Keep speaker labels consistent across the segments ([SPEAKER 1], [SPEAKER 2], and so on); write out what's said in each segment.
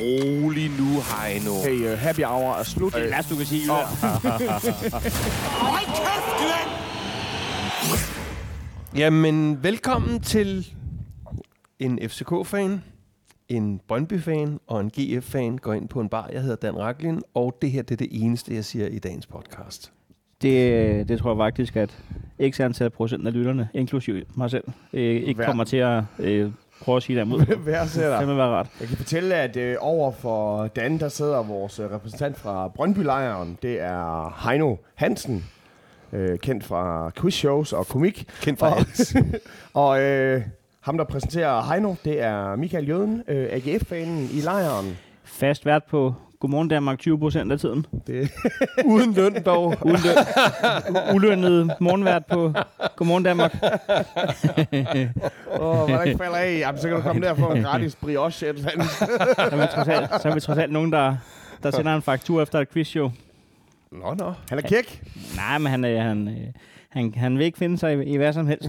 [SPEAKER 1] rolig nu, Heino.
[SPEAKER 2] Okay, uh, happy hour er slut.
[SPEAKER 1] Det er det værste, du kan sige, øh, Jylland.
[SPEAKER 3] Hold kæft, Glenn!
[SPEAKER 4] Jamen, velkommen til en FCK-fan, en Brøndby-fan og en GF-fan går ind på en bar. Jeg hedder Dan Raklin, og det her det er det eneste, jeg siger i dagens podcast.
[SPEAKER 5] Det, det tror jeg faktisk, at x antal procent af lytterne, inklusive mig selv, øh, ikke
[SPEAKER 2] Hver-
[SPEAKER 5] kommer til at øh, prøve at sige det imod. Det
[SPEAKER 2] Vær sætter.
[SPEAKER 5] vil være rart.
[SPEAKER 2] Jeg kan fortælle, at øh, over for Dan, der sidder vores øh, repræsentant fra Brøndby-lejren. Det er Heino Hansen, øh, kendt fra quizshows og komik.
[SPEAKER 4] Kendt fra
[SPEAKER 2] og, og øh, ham, der præsenterer Heino, det er Michael Jøden, øh, AGF-fanen i lejren.
[SPEAKER 5] Fast vært på Godmorgen Danmark 20 procent af tiden.
[SPEAKER 2] Det,
[SPEAKER 4] Uden løn dog.
[SPEAKER 5] Uden løn, u- ulønnet morgenvært på Godmorgen Danmark.
[SPEAKER 2] åh, hvordan falder af? Jamen, så kan du komme der og få en gratis brioche et eller andet.
[SPEAKER 5] Så er vi trods alt, så er vi trods alt nogen, der, der sender en faktur efter et quizshow.
[SPEAKER 4] Nå, nå.
[SPEAKER 2] Han er kæk.
[SPEAKER 5] Nej, men han, øh, han, øh, han, han vil ikke finde sig i, i hvad som helst.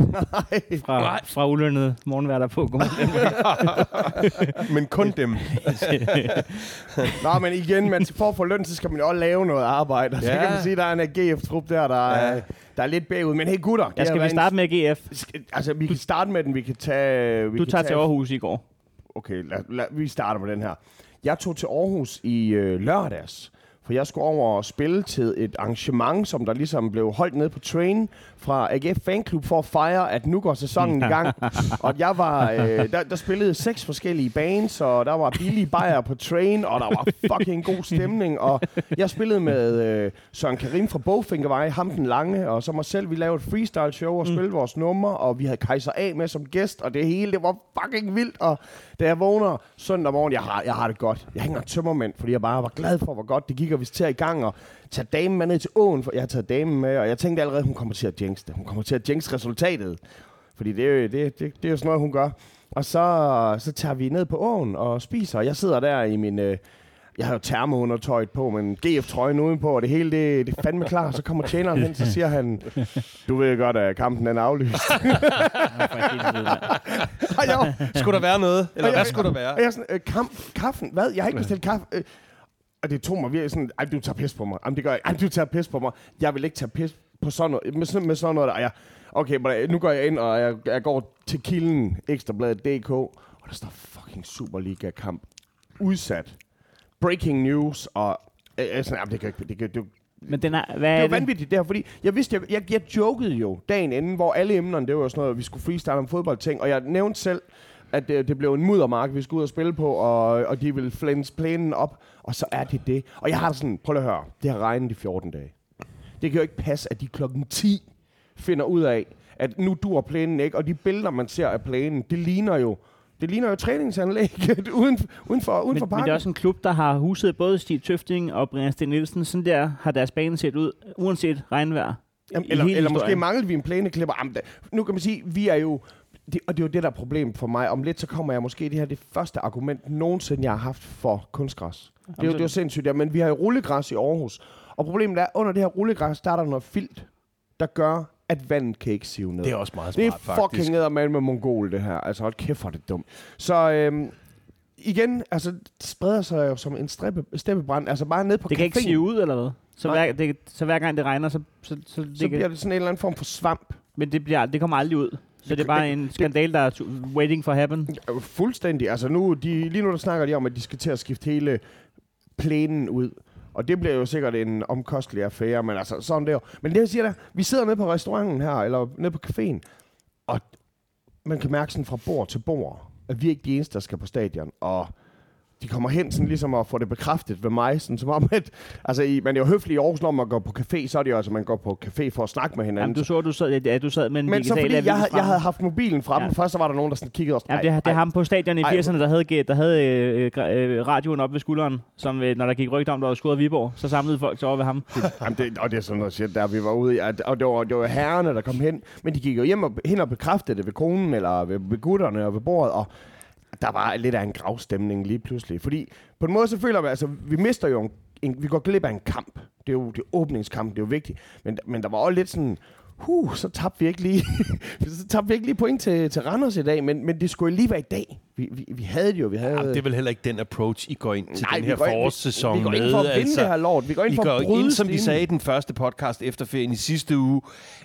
[SPEAKER 5] Fra, fra ulønnede morgenværter på Godmorgen Danmark.
[SPEAKER 4] Men kun dem.
[SPEAKER 2] Nå, men igen, man, for at få løn, så skal man jo også lave noget arbejde. Ja. Så
[SPEAKER 4] Ja.
[SPEAKER 2] kan man sige, at der er en AGF-trup der, der, ja.
[SPEAKER 4] Ja.
[SPEAKER 2] der er lidt bagud. Men hey gutter, det
[SPEAKER 5] Jeg skal
[SPEAKER 2] har
[SPEAKER 5] vi
[SPEAKER 2] været en-
[SPEAKER 5] starte med GF.
[SPEAKER 2] Skal- Altså, vi kan starte med den. Vi kan tage... Vi
[SPEAKER 5] Du
[SPEAKER 2] kan
[SPEAKER 5] tager til Aarhus i går.
[SPEAKER 2] Okay, lad, lad, vi starter med den her. Jeg tog til Aarhus i øh, lørdags, for jeg skulle over og spille til et arrangement, som der ligesom blev holdt nede på train fra AGF Fanklub for at fejre, at nu går sæsonen i gang. og jeg var, øh, der, der spillede seks forskellige bands, og der var billige bajer på train, og der var fucking god stemning. Og jeg spillede med øh, Søren Karim fra Bogfinkervej, ham den lange, og så mig selv. Vi lavede et freestyle show og spillede mm. vores numre, og vi havde Kaiser A med som gæst, og det hele, det var fucking vildt. Og da jeg vågner søndag morgen, jeg har, jeg har det godt. Jeg hænger tømmermænd, fordi jeg bare var glad for, hvor godt det gik, og vi til i gang, og tage damen med ned til åen, for jeg har taget damen med, og jeg tænkte allerede, hun kommer til at jinx det. Hun kommer til at jinx resultatet. Fordi det, er jo- det, det, det er jo sådan noget, hun gør. Og så, så tager vi ned på åen og spiser, og jeg sidder der i min... Øh, jeg har jo termoundertøjet på, men GF-trøjen udenpå, og det hele, det, det er fandme klar. Så kommer tjeneren hen, så siger han, du ved godt, at kampen den er aflyst. og jeg, var-
[SPEAKER 4] Skulle der være noget? Eller
[SPEAKER 2] jeg-
[SPEAKER 4] hvad skulle der være?
[SPEAKER 2] og jeg er sådan, øh, kamp, kaffen, hvad? Jeg har ikke bestilt kaffe. Øh, og det tog mig virkelig sådan, ej, du tager pis på mig. Jamen, det gør jeg. Ej, du tager pis på mig. Jeg vil ikke tage pis på sådan noget, med, sådan- med sådan noget der. Og jeg, okay, men øh, nu går jeg ind, og jeg, jeg går til kilden, ekstrabladet.dk, og der står fucking Superliga-kamp udsat. Breaking news, og øh, jeg er sådan, jamen, det kan ikke, det kan, det,
[SPEAKER 5] Men den er, hvad
[SPEAKER 2] det
[SPEAKER 5] er
[SPEAKER 2] var
[SPEAKER 5] det?
[SPEAKER 2] vanvittigt det her, fordi jeg vidste, jeg, jeg, jeg jokede jo dagen inden, hvor alle emnerne, det var jo sådan noget, at vi skulle freestyle om fodboldting, og jeg nævnte selv, at det, det blev en muddermark, vi skulle ud og spille på, og, og de ville flænse planen op, og så er det det. Og jeg har det sådan, prøv lige at høre, det har regnet i 14 dage. Det kan jo ikke passe, at de klokken 10 finder ud af, at nu dur plænen ikke, og de billeder, man ser af plænen, det ligner jo, det ligner jo træningsanlægget uden, uden for, uden
[SPEAKER 5] Men,
[SPEAKER 2] for
[SPEAKER 5] men
[SPEAKER 2] parken.
[SPEAKER 5] det er også en klub, der har huset både Stig Tøfting og Brian Sten Nielsen. Sådan der har deres bane set ud, uanset regnvejr.
[SPEAKER 2] Jamen,
[SPEAKER 5] i
[SPEAKER 2] eller,
[SPEAKER 5] hele
[SPEAKER 2] eller måske
[SPEAKER 5] historien.
[SPEAKER 2] manglede vi en plæneklipper. Jamen, da, nu kan man sige, vi er jo... Det, og det er jo det, der er problemet for mig. Om lidt, så kommer jeg måske... Det her det første argument nogensinde, jeg har haft for kunstgræs. Det er jo, det er jo sindssygt, ja, men vi har jo rullegræs i Aarhus. Og problemet er, at under det her rullegræs, der er der noget filt, der gør, at vandet kan ikke sive ned.
[SPEAKER 4] Det er også meget
[SPEAKER 2] Det er
[SPEAKER 4] smart,
[SPEAKER 2] fucking eddermand med mongol, det her. Altså, hold kæft, hvor er det dumt. Så øhm, igen, altså, det spreder sig jo som en strippe, steppebrand. Altså, bare ned på
[SPEAKER 5] Det kan ikke
[SPEAKER 2] caféen.
[SPEAKER 5] sive ud, eller hvad? Så
[SPEAKER 2] Nej.
[SPEAKER 5] hver, det, så hver gang det regner, så, så, så, det
[SPEAKER 2] Så
[SPEAKER 5] kan,
[SPEAKER 2] bliver det sådan en eller anden form for svamp.
[SPEAKER 5] men det, bliver, det kommer aldrig ud. Så det, det er bare en skandal, der er to- waiting for happen.
[SPEAKER 2] Jo, Fuldstændig. Altså nu, de, lige nu der snakker de om, at de skal til at skifte hele plænen ud. Og det bliver jo sikkert en omkostelig affære, men altså sådan der. Men det jeg siger der, vi sidder nede på restauranten her, eller nede på caféen, og man kan mærke sådan fra bord til bord, at vi er ikke de eneste, der skal på stadion. Og de kommer hen sådan ligesom at få det bekræftet ved mig, sådan som om, at altså, i, man er jo høflig i Aarhus, når man går på café, så er det jo altså, man går på café for at snakke med hinanden.
[SPEAKER 5] Jamen, du så, du sad, ja, du sad med en
[SPEAKER 2] men så
[SPEAKER 5] digital
[SPEAKER 2] fordi jeg,
[SPEAKER 5] avis
[SPEAKER 2] havde-
[SPEAKER 5] fremme.
[SPEAKER 2] jeg havde haft mobilen frem, ja.
[SPEAKER 5] Ja.
[SPEAKER 2] først så var der nogen, der sådan kiggede og sådan,
[SPEAKER 5] Jamen, det, er-
[SPEAKER 2] "Ej,
[SPEAKER 5] det er
[SPEAKER 2] ej,
[SPEAKER 5] ham på stadion i
[SPEAKER 2] Ej,
[SPEAKER 5] 80'erne, der havde, ge- der havde øh, gra- øh, radioen op ved skulderen, som øh, når der gik rygter om, der var skudt af Viborg, så samlede folk sig over ved ham.
[SPEAKER 2] Jamen, det, og det er sådan noget shit, der vi var ude i. At, og det var, det var herrerne, der kom hen. Men de gik jo hjem og, hen og bekræftede det ved konen, eller ved, ved gutterne og ved bordet. Og der var lidt af en gravstemning lige pludselig. Fordi på en måde så føler vi, altså vi mister jo en, en vi går glip af en kamp. Det er jo det er åbningskamp, det er jo vigtigt. Men, men der var også lidt sådan, huh, så tabte vi ikke lige, så tabte vi ikke lige point til, til Randers i dag, men, men det skulle jo lige være i dag. Vi, vi, vi havde det jo. Vi havde,
[SPEAKER 4] Jamen, det er vel heller ikke den approach, I går ind til
[SPEAKER 2] Nej,
[SPEAKER 4] den
[SPEAKER 2] vi
[SPEAKER 4] her
[SPEAKER 2] går ind- vi-
[SPEAKER 4] forårssæson
[SPEAKER 2] vi går
[SPEAKER 4] med. altså.
[SPEAKER 2] ind for at vinde det her lort. Vi går ind
[SPEAKER 4] I
[SPEAKER 2] for at
[SPEAKER 4] går
[SPEAKER 2] bryde
[SPEAKER 4] ind, som de
[SPEAKER 2] stenen.
[SPEAKER 4] sagde i den første podcast efter ferien i sidste uge,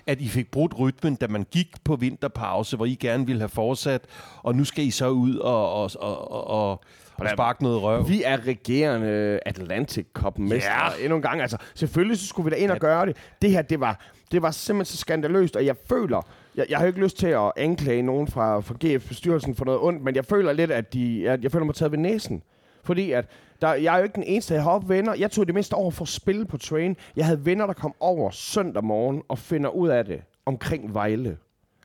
[SPEAKER 4] at I fik brudt rytmen, da man gik på vinterpause, hvor I gerne ville have fortsat, og nu skal I så ud og, og, og, og, og, og sparke noget røv.
[SPEAKER 2] Vi er regerende Atlantic Cup mester yeah. endnu en gang. Altså, selvfølgelig så skulle vi da ind og gøre det. Det her, det var, det var simpelthen så skandaløst, og jeg føler... Jeg, jeg har jo ikke lyst til at anklage nogen fra, fra GF-bestyrelsen for noget ondt, men jeg føler lidt, at de, jeg, jeg føler mig taget ved næsen. Fordi at der, jeg er jo ikke den eneste, jeg har op venner. Jeg tog det mindste over for at spille på train. Jeg havde venner, der kom over søndag morgen og finder ud af det omkring Vejle.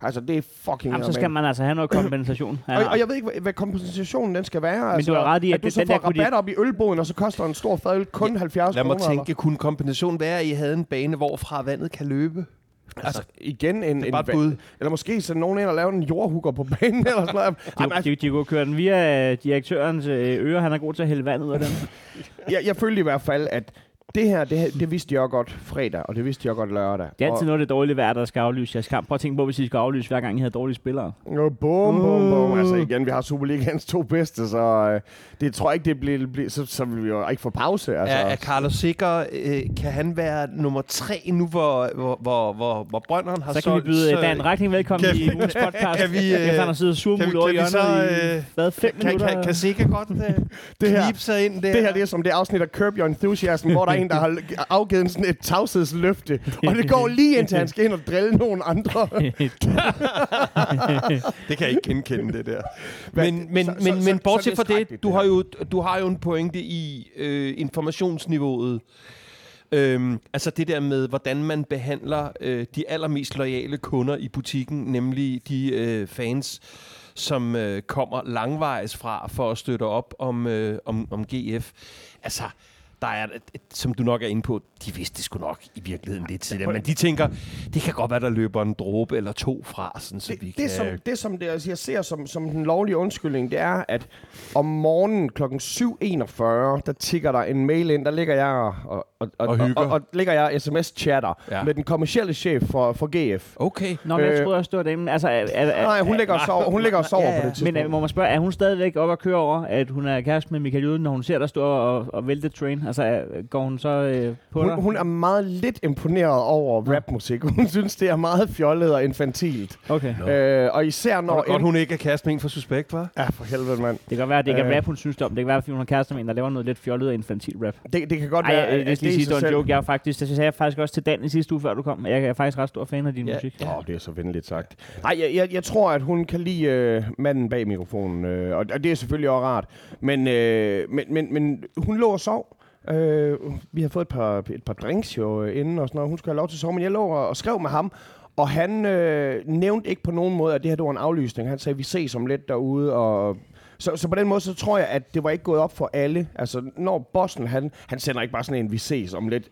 [SPEAKER 2] Altså, det er fucking
[SPEAKER 5] Jamen, så
[SPEAKER 2] eddermame.
[SPEAKER 5] skal man altså have noget kompensation. Ja,
[SPEAKER 2] Og, og jeg ved ikke, hvad- hvad kompensationen den skal være. Men altså,
[SPEAKER 5] du har ret i, at
[SPEAKER 2] at du
[SPEAKER 5] det-
[SPEAKER 2] så
[SPEAKER 5] den
[SPEAKER 2] får
[SPEAKER 5] der kunne de-
[SPEAKER 2] rabat op i ølboden, og så koster en stor fadøl kun 70
[SPEAKER 4] Lad
[SPEAKER 2] kroner.
[SPEAKER 4] mig tænke, kunne kombinationen være, at I havde en bane, hvorfra vandet kan løbe?
[SPEAKER 2] eller? Altså, igen en...
[SPEAKER 4] bare
[SPEAKER 2] en,
[SPEAKER 4] et bud.
[SPEAKER 2] Eller måske sende nogen ind og lave en jordhugger på banen, eller sådan noget.
[SPEAKER 5] De,
[SPEAKER 2] Ej, men altså,
[SPEAKER 5] de, de kunne køre den via øh, direktørens øh, ører. Han er god til at hælde vandet ud af den.
[SPEAKER 2] altså, jeg, jeg følte i hvert fald, at det her, det, her, det vidste jeg godt fredag, og det vidste jeg godt lørdag.
[SPEAKER 5] Det er altid noget af det dårlige vejr, der skal aflyse jeres kamp. Prøv at tænke på, hvis I skal aflyse, hver gang I havde dårlige spillere.
[SPEAKER 2] Jo, bum, bum,
[SPEAKER 5] Mm.
[SPEAKER 2] bum. Altså igen, vi har Superligaens to bedste, så øh, det tror jeg ikke, det bliver... bliver så, så vil vi jo ikke få pause. Altså.
[SPEAKER 4] Altså, er, er Carlos Sikker, øh, kan han være nummer tre nu, hvor, hvor, hvor, hvor, hvor Brønderen har
[SPEAKER 5] Så kan vi
[SPEAKER 4] solgt,
[SPEAKER 5] byde øh,
[SPEAKER 4] øh,
[SPEAKER 5] Dan Rækning velkommen
[SPEAKER 4] kan vi-
[SPEAKER 5] i ugens podcast.
[SPEAKER 4] kan vi, øh,
[SPEAKER 5] Efter han har siddet sur
[SPEAKER 4] kan vi-
[SPEAKER 5] mul over i
[SPEAKER 4] kan vi så,
[SPEAKER 5] hjørnet i
[SPEAKER 4] øh,
[SPEAKER 5] hvad, fem
[SPEAKER 4] Kan,
[SPEAKER 5] minutter?
[SPEAKER 4] kan, kan Sikker godt øh,
[SPEAKER 2] Det her-
[SPEAKER 4] knibe sig ind der?
[SPEAKER 2] Det her det er som det afsnit af Curb Your Enthusiasm, hvor der er en, der har afgivet sådan et tavshedsløfte. Og det går lige indtil han skal ind og drille nogen andre.
[SPEAKER 4] Det kan jeg ikke genkende, det der.
[SPEAKER 2] Hvad-
[SPEAKER 4] Men, men,
[SPEAKER 2] så-
[SPEAKER 4] men,
[SPEAKER 2] så- så-
[SPEAKER 4] men
[SPEAKER 2] så
[SPEAKER 4] bortset fra det,
[SPEAKER 2] vidstragtigt, det
[SPEAKER 4] du har, jo, du har jo en pointe i øh, informationsniveauet. Øhm, altså det der med, hvordan man behandler øh, de allermest loyale kunder i butikken, nemlig de øh, fans, som øh, kommer langvejs fra for at støtte op om, øh, om, om GF. Altså, der er, som du nok er inde på, de vidste det sgu nok i virkeligheden lidt til det, men de tænker, det kan godt være, der løber en dråbe eller to fra, sådan, så
[SPEAKER 2] det,
[SPEAKER 4] vi
[SPEAKER 2] det,
[SPEAKER 4] kan...
[SPEAKER 2] det, som, det, som det, altså, jeg ser som, som den lovlige undskyldning, det er, at om morgenen kl. 7.41, der tigger der en mail ind, der ligger jeg og, og, og, og, og,
[SPEAKER 4] hygger.
[SPEAKER 2] og, og ligger jeg sms-chatter
[SPEAKER 4] Ja.
[SPEAKER 2] ja. med den kommercielle chef for, for GF.
[SPEAKER 4] Okay.
[SPEAKER 5] Nå, men
[SPEAKER 2] Øh,
[SPEAKER 5] jeg troede også, det var damen. Altså, er, er, er,
[SPEAKER 2] Nej, hun ligger og sover, hun ligger og sover
[SPEAKER 5] Ja,
[SPEAKER 2] på
[SPEAKER 5] ja.
[SPEAKER 2] det tidspunkt.
[SPEAKER 5] Men øh, må man spørge, er hun stadigvæk op at køre over, at hun er kæreste med Michael Juden, når hun ser dig stå og, og vælte train? Altså, er, går hun så øh, på
[SPEAKER 2] Hun,
[SPEAKER 5] dig?
[SPEAKER 2] hun er meget lidt imponeret over rapmusik. Hun synes, det er meget fjollet og infantilt.
[SPEAKER 5] Okay.
[SPEAKER 2] Øh, og især når...
[SPEAKER 4] Og godt, hun ikke er kæreste med en for suspekt, var.
[SPEAKER 2] Ja, for helvede, mand.
[SPEAKER 5] Det kan godt være, at det ikke er
[SPEAKER 2] Øh.
[SPEAKER 5] rap, hun synes det om. Det kan være, fordi hun har kæreste med en, der laver noget lidt fjollet og infantil rap.
[SPEAKER 2] Det, det kan godt
[SPEAKER 5] Ej,
[SPEAKER 2] være...
[SPEAKER 5] jeg, jeg, jeg skal
[SPEAKER 2] i
[SPEAKER 5] lige sige,
[SPEAKER 2] sig
[SPEAKER 5] det var en
[SPEAKER 2] selv-
[SPEAKER 5] joke. Jeg er faktisk, det sagde jeg faktisk også til Dan i sidste uge, før du kom. Jeg er faktisk ret stor fan af din
[SPEAKER 4] Ja.
[SPEAKER 5] musik.
[SPEAKER 2] Åh, oh, det er så venligt sagt. Nej, jeg, jeg, jeg tror, at hun kan lide øh, manden bag mikrofonen, øh, og, og det er selvfølgelig også rart. Men, øh, men, men, men hun lå og sov. Øh, vi har fået et par, et par drinks jo øh, inden, og sådan noget. hun skulle have lov til at sove, men jeg lå og, og skrev med ham, og han øh, nævnte ikke på nogen måde, at det her det var en aflysning. Han sagde, vi ses om lidt derude, og... Så, så på den måde, så tror jeg, at det var ikke gået op for alle. Altså, når bossen, han, han sender ikke bare sådan en, vi ses om lidt,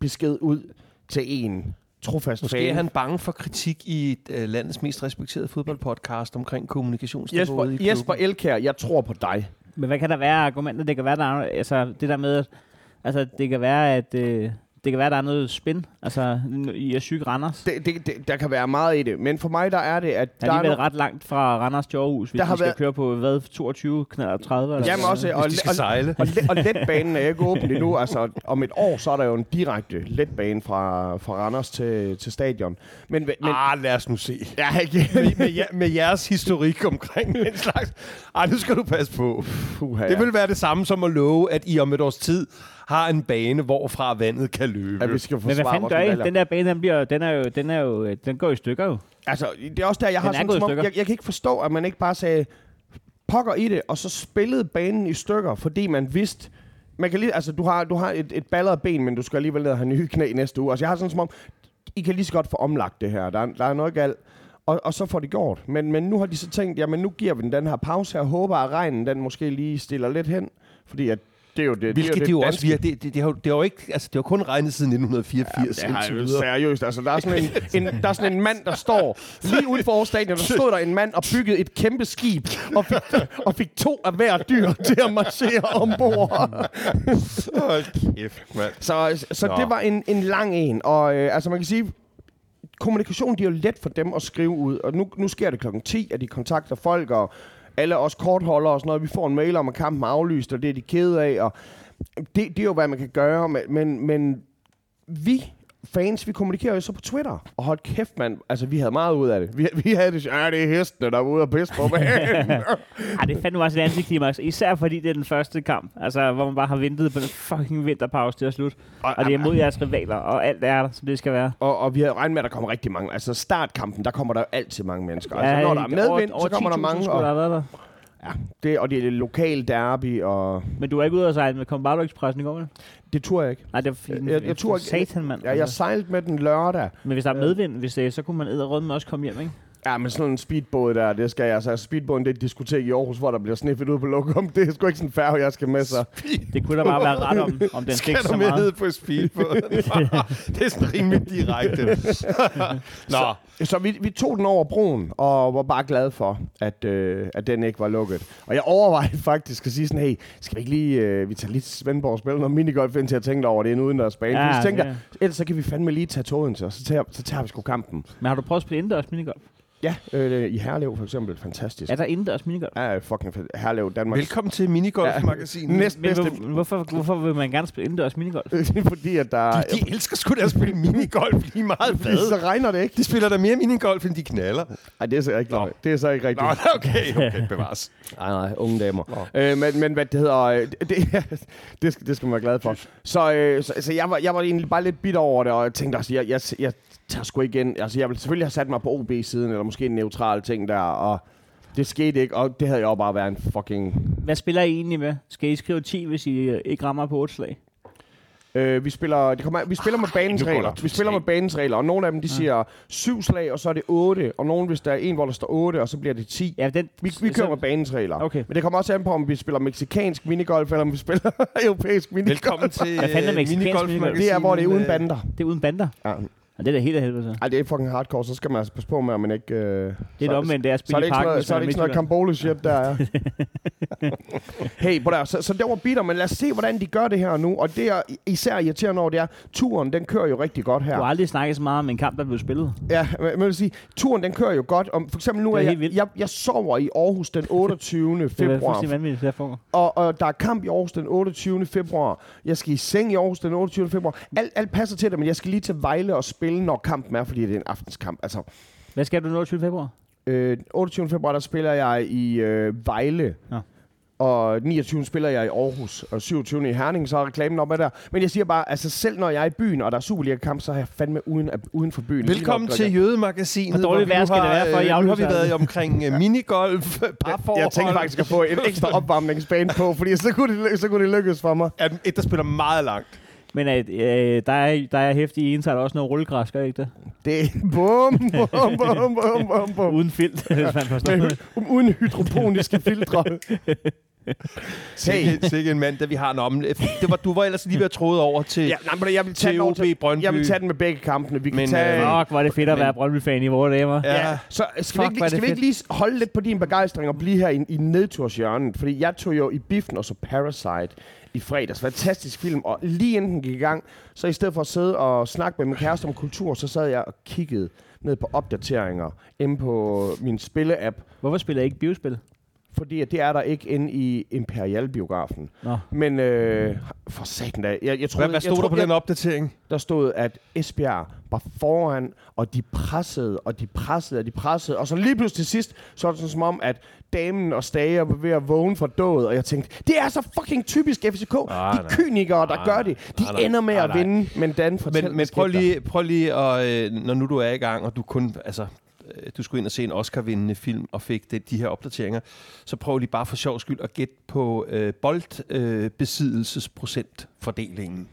[SPEAKER 2] besked ud til en trofast
[SPEAKER 4] Måske
[SPEAKER 2] fan.
[SPEAKER 4] er han bange for kritik i uh, landets mest respekterede fodboldpodcast omkring
[SPEAKER 2] Jesper,
[SPEAKER 4] kommunikationsniveauet i
[SPEAKER 2] Jesper
[SPEAKER 4] klubben.
[SPEAKER 2] Elkær, jeg tror på dig.
[SPEAKER 5] Men hvad kan der være af argumenter? Det kan være, der er, altså, det der med, at- altså, det kan være, at... Øh, det kan være, der er noget spin. Altså, n- I er syg Randers. Det,
[SPEAKER 2] Det, det, det, der kan være meget i det, men for mig der er det, at
[SPEAKER 5] der
[SPEAKER 2] der
[SPEAKER 5] er
[SPEAKER 2] er
[SPEAKER 5] alligevel
[SPEAKER 2] no-
[SPEAKER 5] ret langt fra Randers til Aarhus, hvis
[SPEAKER 2] Der
[SPEAKER 5] der
[SPEAKER 2] har
[SPEAKER 5] skal
[SPEAKER 2] været-
[SPEAKER 5] køre på, hvad, 22, knald 30? Eller
[SPEAKER 2] Jamen
[SPEAKER 5] sådan
[SPEAKER 2] også,
[SPEAKER 5] noget.
[SPEAKER 2] og,
[SPEAKER 4] Hvis de skal
[SPEAKER 2] og,
[SPEAKER 4] sejle.
[SPEAKER 2] og, le- og letbanen er ikke åben endnu. Altså, om et år, så er der jo en direkte letbane fra, fra Randers til, til stadion. Men, men
[SPEAKER 4] Ah, lad os nu se.
[SPEAKER 2] ja, igen.
[SPEAKER 4] Med, med, med jeres historik omkring den slags. Ej, nu skal du passe på.
[SPEAKER 2] Puha,
[SPEAKER 4] Det vil være det samme som at love, at I om et års tid har en bane, hvorfra vandet kan løbe.
[SPEAKER 2] at vi skal forsvare
[SPEAKER 5] Men hvad fanden
[SPEAKER 2] vores
[SPEAKER 5] gør I?
[SPEAKER 2] medaljer.
[SPEAKER 5] Den der bane, den, bliver, den, er jo, den, er jo, øh, den går i stykker jo.
[SPEAKER 2] Altså, det er også der, jeg har
[SPEAKER 5] Den er
[SPEAKER 2] sådan
[SPEAKER 5] gået i
[SPEAKER 2] som om,
[SPEAKER 5] stykker.
[SPEAKER 2] jeg, jeg kan ikke forstå, at man ikke bare sagde pokker i det, og så spillede banen i stykker, fordi man vidste, man kan lige, altså, du har, du har et, et balleret ben, men du skal alligevel ned og have nye knæ næste uge. Altså, jeg har sådan som om, I kan lige så godt få omlagt det her. Der er, der er noget galt. Og, og så får det gjort. Men, men nu har de så tænkt, jamen nu giver vi den den her pause her, og håber, at regnen den måske lige stiller lidt hen. Fordi at det er jo det. det er
[SPEAKER 4] Hvilket det jo
[SPEAKER 2] det
[SPEAKER 4] også
[SPEAKER 2] danske-
[SPEAKER 4] virker. Det, det, det, har, jo- det har jo ikke, altså, det har kun regnet siden 1984.
[SPEAKER 2] det har
[SPEAKER 4] indtil
[SPEAKER 2] jeg jo
[SPEAKER 4] videre.
[SPEAKER 2] seriøst. Altså, der, er sådan en, en, der er sådan en mand, der står lige ude for Aarhus stadion. Der stod der en mand og byggede et kæmpe skib, og fik, og fik to af hver dyr til at marchere ombord.
[SPEAKER 4] Hold kæft, mand.
[SPEAKER 2] Så, så
[SPEAKER 4] Nå.
[SPEAKER 2] det var en, en lang en. Og øh, altså, man kan sige, kommunikation, det er jo let for dem at skrive ud. Og nu, nu sker det klokken 10, at de kontakter folk, og alle os kortholdere og sådan noget, vi får en mail om, at kampen er aflyst, og det er de kede af, og det, det er jo, hvad man kan gøre, men, men, men vi fans, vi kommunikerer jo så på Twitter. Og hold kæft, mand. Altså, vi havde meget ud af det. Vi, vi havde det, ja, det er hestene, der er ude og pisse på banen.
[SPEAKER 5] Ej, det fandt nu også et antiklimaks. Især fordi det er den første kamp, altså, hvor man bare har ventet på den fucking vinterpause til at slutte. Og, og det er mod jeres rivaler, og alt er, som det skal være.
[SPEAKER 2] og, og vi havde regnet med, at der kommer rigtig mange. Altså, startkampen, der kommer der jo altid mange mennesker. Altså,
[SPEAKER 5] Ja,
[SPEAKER 2] når der er
[SPEAKER 5] over-
[SPEAKER 2] medvind,
[SPEAKER 5] over
[SPEAKER 2] så kommer der
[SPEAKER 5] 10.000
[SPEAKER 2] mange.
[SPEAKER 5] skulle der
[SPEAKER 2] Og,
[SPEAKER 5] have været der.
[SPEAKER 2] det, og det er lokal derby, og
[SPEAKER 5] Men du er ikke ude og sejle med Combardo Expressen i går, vel?
[SPEAKER 2] det tror jeg ikke.
[SPEAKER 5] Nej, det er fint.
[SPEAKER 2] Jeg- jeg tror ikke-
[SPEAKER 5] Satan, mand.
[SPEAKER 2] Ja, jeg
[SPEAKER 5] altså.
[SPEAKER 2] sejlede med den lørdag.
[SPEAKER 5] Men hvis der er medvind, hvis det, er, så kunne man æde med også komme hjem, ikke?
[SPEAKER 2] Ja, men sådan en speedbåd der, det skal jeg. Altså, speedbåden, det er et diskotek i Aarhus, hvor der bliver sniffet ud på lokum. Det er sgu ikke sådan en færge, jeg skal med sig.
[SPEAKER 5] Det kunne da bare være ret om, om den fik
[SPEAKER 4] Skal
[SPEAKER 5] så
[SPEAKER 4] du med ned
[SPEAKER 5] meget.
[SPEAKER 4] på speedbåden? det er sådan rimelig direkte. Nå,
[SPEAKER 2] Så vi, vi tog den over broen, og var bare glade for, at, øh, at den ikke var lukket. Og jeg overvejede faktisk at sige sådan, hey, skal vi ikke lige, øh, vi tager lidt Svendborg og spille noget minigolf, indtil jeg tænkte over, at det er en udendørs bane.
[SPEAKER 5] Ja,
[SPEAKER 2] Ja, så tænkte
[SPEAKER 5] det-
[SPEAKER 2] jeg, ellers så kan vi fandme lige tage toget til, og så tager, så tager vi sgu kampen.
[SPEAKER 5] Men har du prøvet at spille indendørs minigolf?
[SPEAKER 2] Ja, øh, i Herlev for eksempel, fantastisk.
[SPEAKER 5] Er der indendørs minigolf?
[SPEAKER 2] Ja, fucking fedt. Herlev, Danmark.
[SPEAKER 4] velkommen til Minigolf-magasinet.
[SPEAKER 2] Næst
[SPEAKER 5] Men
[SPEAKER 2] bedste,
[SPEAKER 5] hvor, hvorfor, hvorfor vil man gerne spille indendørs minigolf?
[SPEAKER 2] fordi at der...
[SPEAKER 4] De elsker sgu da at spille minigolf lige meget
[SPEAKER 2] Fordi
[SPEAKER 4] hvad.
[SPEAKER 2] så regner det ikke.
[SPEAKER 4] De spiller da mere minigolf, end de knaller.
[SPEAKER 2] Nej, det er så ikke rigtigt. Det er så ikke
[SPEAKER 4] Nå,
[SPEAKER 2] rigtigt.
[SPEAKER 4] okay, okay, bevares.
[SPEAKER 2] Nej, nej, unge damer. Øh, men, men hvad det hedder, øh, det, det, skal, det skal man være glad for. Så, øh, så, så jeg, var, jeg var egentlig bare lidt bitter over det, og jeg tænkte også, jeg, jeg, jeg tager sgu igen. Altså, jeg ville selvfølgelig have sat mig på OB-siden, eller måske en neutral ting der, og det skete ikke, og det havde jeg jo bare været en fucking...
[SPEAKER 5] Hvad spiller I egentlig med? Skal I skrive 10, hvis I øh, ikke rammer på 8 slag?
[SPEAKER 2] Øh, vi spiller, det kommer, vi
[SPEAKER 5] Ah,
[SPEAKER 2] spiller med banens
[SPEAKER 4] nu går der
[SPEAKER 2] regler. Vi
[SPEAKER 4] totalt.
[SPEAKER 2] spiller med banens regler, og nogle af dem, de siger syv slag, og så er det otte, og nogle, hvis der er en, hvor der står otte, og så bliver det ti.
[SPEAKER 5] Ja, den,
[SPEAKER 2] Vi, vi
[SPEAKER 5] så-
[SPEAKER 2] kører med banens regler.
[SPEAKER 5] Okay.
[SPEAKER 2] Men det kommer også an på, om vi spiller mexikansk minigolf, eller om vi spiller europæisk minigolf.
[SPEAKER 4] Velkommen til øh,
[SPEAKER 5] Hvad fanden er mexikansk minigolf?
[SPEAKER 2] Det er, hvor det er uden
[SPEAKER 5] øh,
[SPEAKER 2] bander.
[SPEAKER 5] Det er uden bander.
[SPEAKER 2] Ja.
[SPEAKER 5] Og det er da helt af helvede, så.
[SPEAKER 2] Ej, det er fucking hardcore, så skal man altså passe på med, at man ikke... Øh,
[SPEAKER 5] Det er
[SPEAKER 2] så,
[SPEAKER 5] det omvendt, det er at
[SPEAKER 2] Så
[SPEAKER 5] spille
[SPEAKER 2] er det
[SPEAKER 5] i
[SPEAKER 2] ikke sådan
[SPEAKER 5] parken.
[SPEAKER 2] noget,
[SPEAKER 5] hvis
[SPEAKER 2] så er
[SPEAKER 5] man
[SPEAKER 2] det ikke
[SPEAKER 5] Midtjylland.
[SPEAKER 2] sådan noget shit der er. hey, på der, så, så der var bitter, men lad os se, hvordan de gør det her nu. Og det, jeg især irriterende over, det er, turen, den kører jo rigtig godt
[SPEAKER 5] Du har
[SPEAKER 2] her.
[SPEAKER 5] aldrig snakket så meget om en kamp, der blev spillet.
[SPEAKER 2] Ja, men jeg vil sige, turen, den kører jo godt. Om, for eksempel nu
[SPEAKER 5] Det
[SPEAKER 2] er
[SPEAKER 5] er
[SPEAKER 2] jeg,
[SPEAKER 5] helt vildt.
[SPEAKER 2] jeg, jeg sover i Aarhus den 28.
[SPEAKER 5] Det er
[SPEAKER 2] februar.
[SPEAKER 5] fuldstændig vanvittigt, det der foregår.
[SPEAKER 2] og, og der er kamp i Aarhus den 28. februar. Jeg skal i seng i Aarhus den 28. februar. Alt, alt passer til det, men jeg skal lige til Vejle og spille, når kampen er, fordi det er en aftenskamp. Altså,
[SPEAKER 5] Hvad skal du den 28. februar?
[SPEAKER 2] øh, 28. februar, der spiller jeg i øh, Vejle.
[SPEAKER 5] Ja.
[SPEAKER 2] Og 29. spiller jeg i Aarhus, og 27. i Herning, så er reklamen op ad der. Men jeg siger bare, altså selv når jeg er i byen, og der er Superliga-kamp, så er jeg fandme uden, af- uden for byen.
[SPEAKER 4] Velkommen
[SPEAKER 2] Lige
[SPEAKER 4] til
[SPEAKER 2] nok,
[SPEAKER 4] Jødemagasinet.
[SPEAKER 5] Hvor dårligt
[SPEAKER 4] hvor vi
[SPEAKER 5] vejr
[SPEAKER 4] nu
[SPEAKER 5] skal det
[SPEAKER 4] har,
[SPEAKER 5] være for, at I
[SPEAKER 4] øh, Nu har vi
[SPEAKER 5] aflyser
[SPEAKER 4] været
[SPEAKER 5] altså?
[SPEAKER 4] omkring øh, minigolf, parforhold.
[SPEAKER 2] Jeg, jeg tænkte faktisk at få en ekstra opvarmningsbane på, fordi så kunne, det, ly- så kunne det lykkes for mig.
[SPEAKER 4] at et, der spiller meget langt.
[SPEAKER 5] Men øh, øh, der er, der er hæftige en, så er der også noget rullegræs, gør I ikke det?
[SPEAKER 2] Det bum, bum, bum, bum, bum, bum.
[SPEAKER 5] Uden filt, hvis man forstår
[SPEAKER 2] Med,
[SPEAKER 5] det.
[SPEAKER 2] um, uden hydroponiske filtre. hey.
[SPEAKER 4] Sikke, sikke en mand, der vi har en om. Det var, du var ellers lige ved at tråde over til...
[SPEAKER 2] Ja, nej, men jeg vil tage
[SPEAKER 4] Til
[SPEAKER 2] den over
[SPEAKER 4] OB Brøndby.
[SPEAKER 2] Jeg vil tage den med begge kampene. Vi kan
[SPEAKER 4] Men,
[SPEAKER 2] men,
[SPEAKER 4] øh,
[SPEAKER 2] tage... Øh,
[SPEAKER 5] Fuck, hvor er det fedt at være Brøndby-fan i vores dage, hva'?
[SPEAKER 2] ja. Så skal, vi
[SPEAKER 5] Fuck,
[SPEAKER 2] ikke,
[SPEAKER 5] hvor er
[SPEAKER 2] lige- skal
[SPEAKER 5] det
[SPEAKER 2] vi ikke lige holde lidt på din begejstring og blive her i, i nedturshjørnet? Fordi jeg tog jo i biffen og så Parasite i fredags. Fantastisk film. Og lige inden den gik i gang, så i stedet for at sidde og snakke med min kæreste om kultur, så sad jeg og kiggede ned på opdateringer inde på min spilleapp.
[SPEAKER 5] Hvorfor spiller I ikke biospil?
[SPEAKER 2] Fordi at det er der ikke inde i Imperial-biografen.
[SPEAKER 5] Nå.
[SPEAKER 2] Men øh, for satan da. Jeg, jeg troede,
[SPEAKER 4] Hvad, hvad stod
[SPEAKER 2] jeg
[SPEAKER 4] der på
[SPEAKER 2] troede,
[SPEAKER 4] den opdatering?
[SPEAKER 2] Jeg, der stod, at Esbjerg var foran, og de pressede, og de pressede, og de pressede. Og så lige pludselig til sidst, så er det sådan som om, at damen og stager var ved at vågne for død. Og jeg tænkte, det er så fucking typisk FCK. Ah, de
[SPEAKER 4] nej.
[SPEAKER 2] kynikere, der gør det, de
[SPEAKER 4] nej.
[SPEAKER 2] ender med
[SPEAKER 4] Ah,
[SPEAKER 2] at
[SPEAKER 4] nej.
[SPEAKER 2] vinde. Men Dan, fortæl
[SPEAKER 4] Men,
[SPEAKER 2] hvad
[SPEAKER 4] men
[SPEAKER 2] skete
[SPEAKER 4] prøv,
[SPEAKER 2] der?
[SPEAKER 4] lige, prøv lige at... øh, Når nu du er i gang, og du kun... Altså, øh, du skulle ind og se en Oscar-vindende film, og fik det, de her opdateringer, så prøv lige bare for sjov skyld at gætte på øh, boldbesiddelsesprocentfordelingen.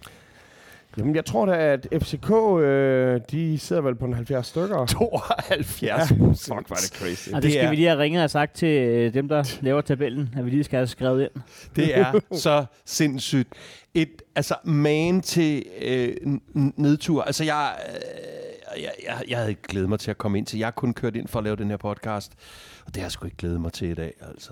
[SPEAKER 2] Jamen, jeg tror da, at FCK, øh, de sidder vel på en 70 stykker.
[SPEAKER 4] 72 procent. Fuck, var det crazy.
[SPEAKER 5] Og det, skal vi lige have ringet og sagt til øh, dem, der laver tabellen, at vi lige skal have skrevet ind.
[SPEAKER 4] Det er så sindssygt. Et, altså, man til øh, n- n- nedtur. Altså, jeg, øh, jeg, jeg, jeg havde ikke glædet mig til at komme ind til. Jeg har kun kørt ind for at lave den her podcast. Og det har jeg sgu ikke glædet mig til i dag, altså.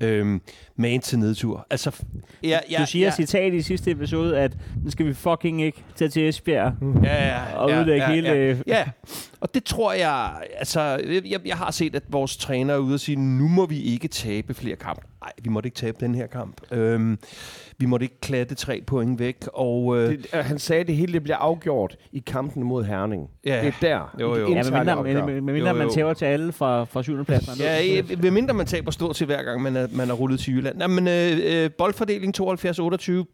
[SPEAKER 4] Øhm, man til nedtur. Altså, f- jeg, jeg,
[SPEAKER 5] Du siger
[SPEAKER 4] jeg,
[SPEAKER 5] citat i sidste episode, at nu skal vi fucking ikke tage til Esbjerg.
[SPEAKER 4] ja, ja,
[SPEAKER 5] og
[SPEAKER 4] ja,
[SPEAKER 5] ødelægge
[SPEAKER 4] ja,
[SPEAKER 5] hele,
[SPEAKER 4] Ja.
[SPEAKER 5] øh,
[SPEAKER 4] ja, og det tror jeg... Altså, jeg, jeg- jeg har set, at vores træner er ude og sige, nu må vi ikke tabe flere kampe. Nej, vi måtte ikke tabe den her kamp. Øhm, vi måtte ikke klatte tre point væk, og... Øh,
[SPEAKER 2] Det, øh, han sagde, at det hele det bliver afgjort i kampen mod Herning.
[SPEAKER 4] Ja.
[SPEAKER 2] Det er der.
[SPEAKER 4] Jo,
[SPEAKER 2] i
[SPEAKER 4] jo.
[SPEAKER 2] det
[SPEAKER 5] Ja,
[SPEAKER 2] interne
[SPEAKER 5] medmindre,
[SPEAKER 2] opgør.
[SPEAKER 5] med, med, mindre
[SPEAKER 4] Jo, jo.
[SPEAKER 5] man tæver til alle fra, fra syvende pladsen. og ned.
[SPEAKER 4] Ja, øh, ved mindre man taber stort til hver gang, man er, man er rullet til Jylland. Nej, men øh, øh, boldfordeling 72-28.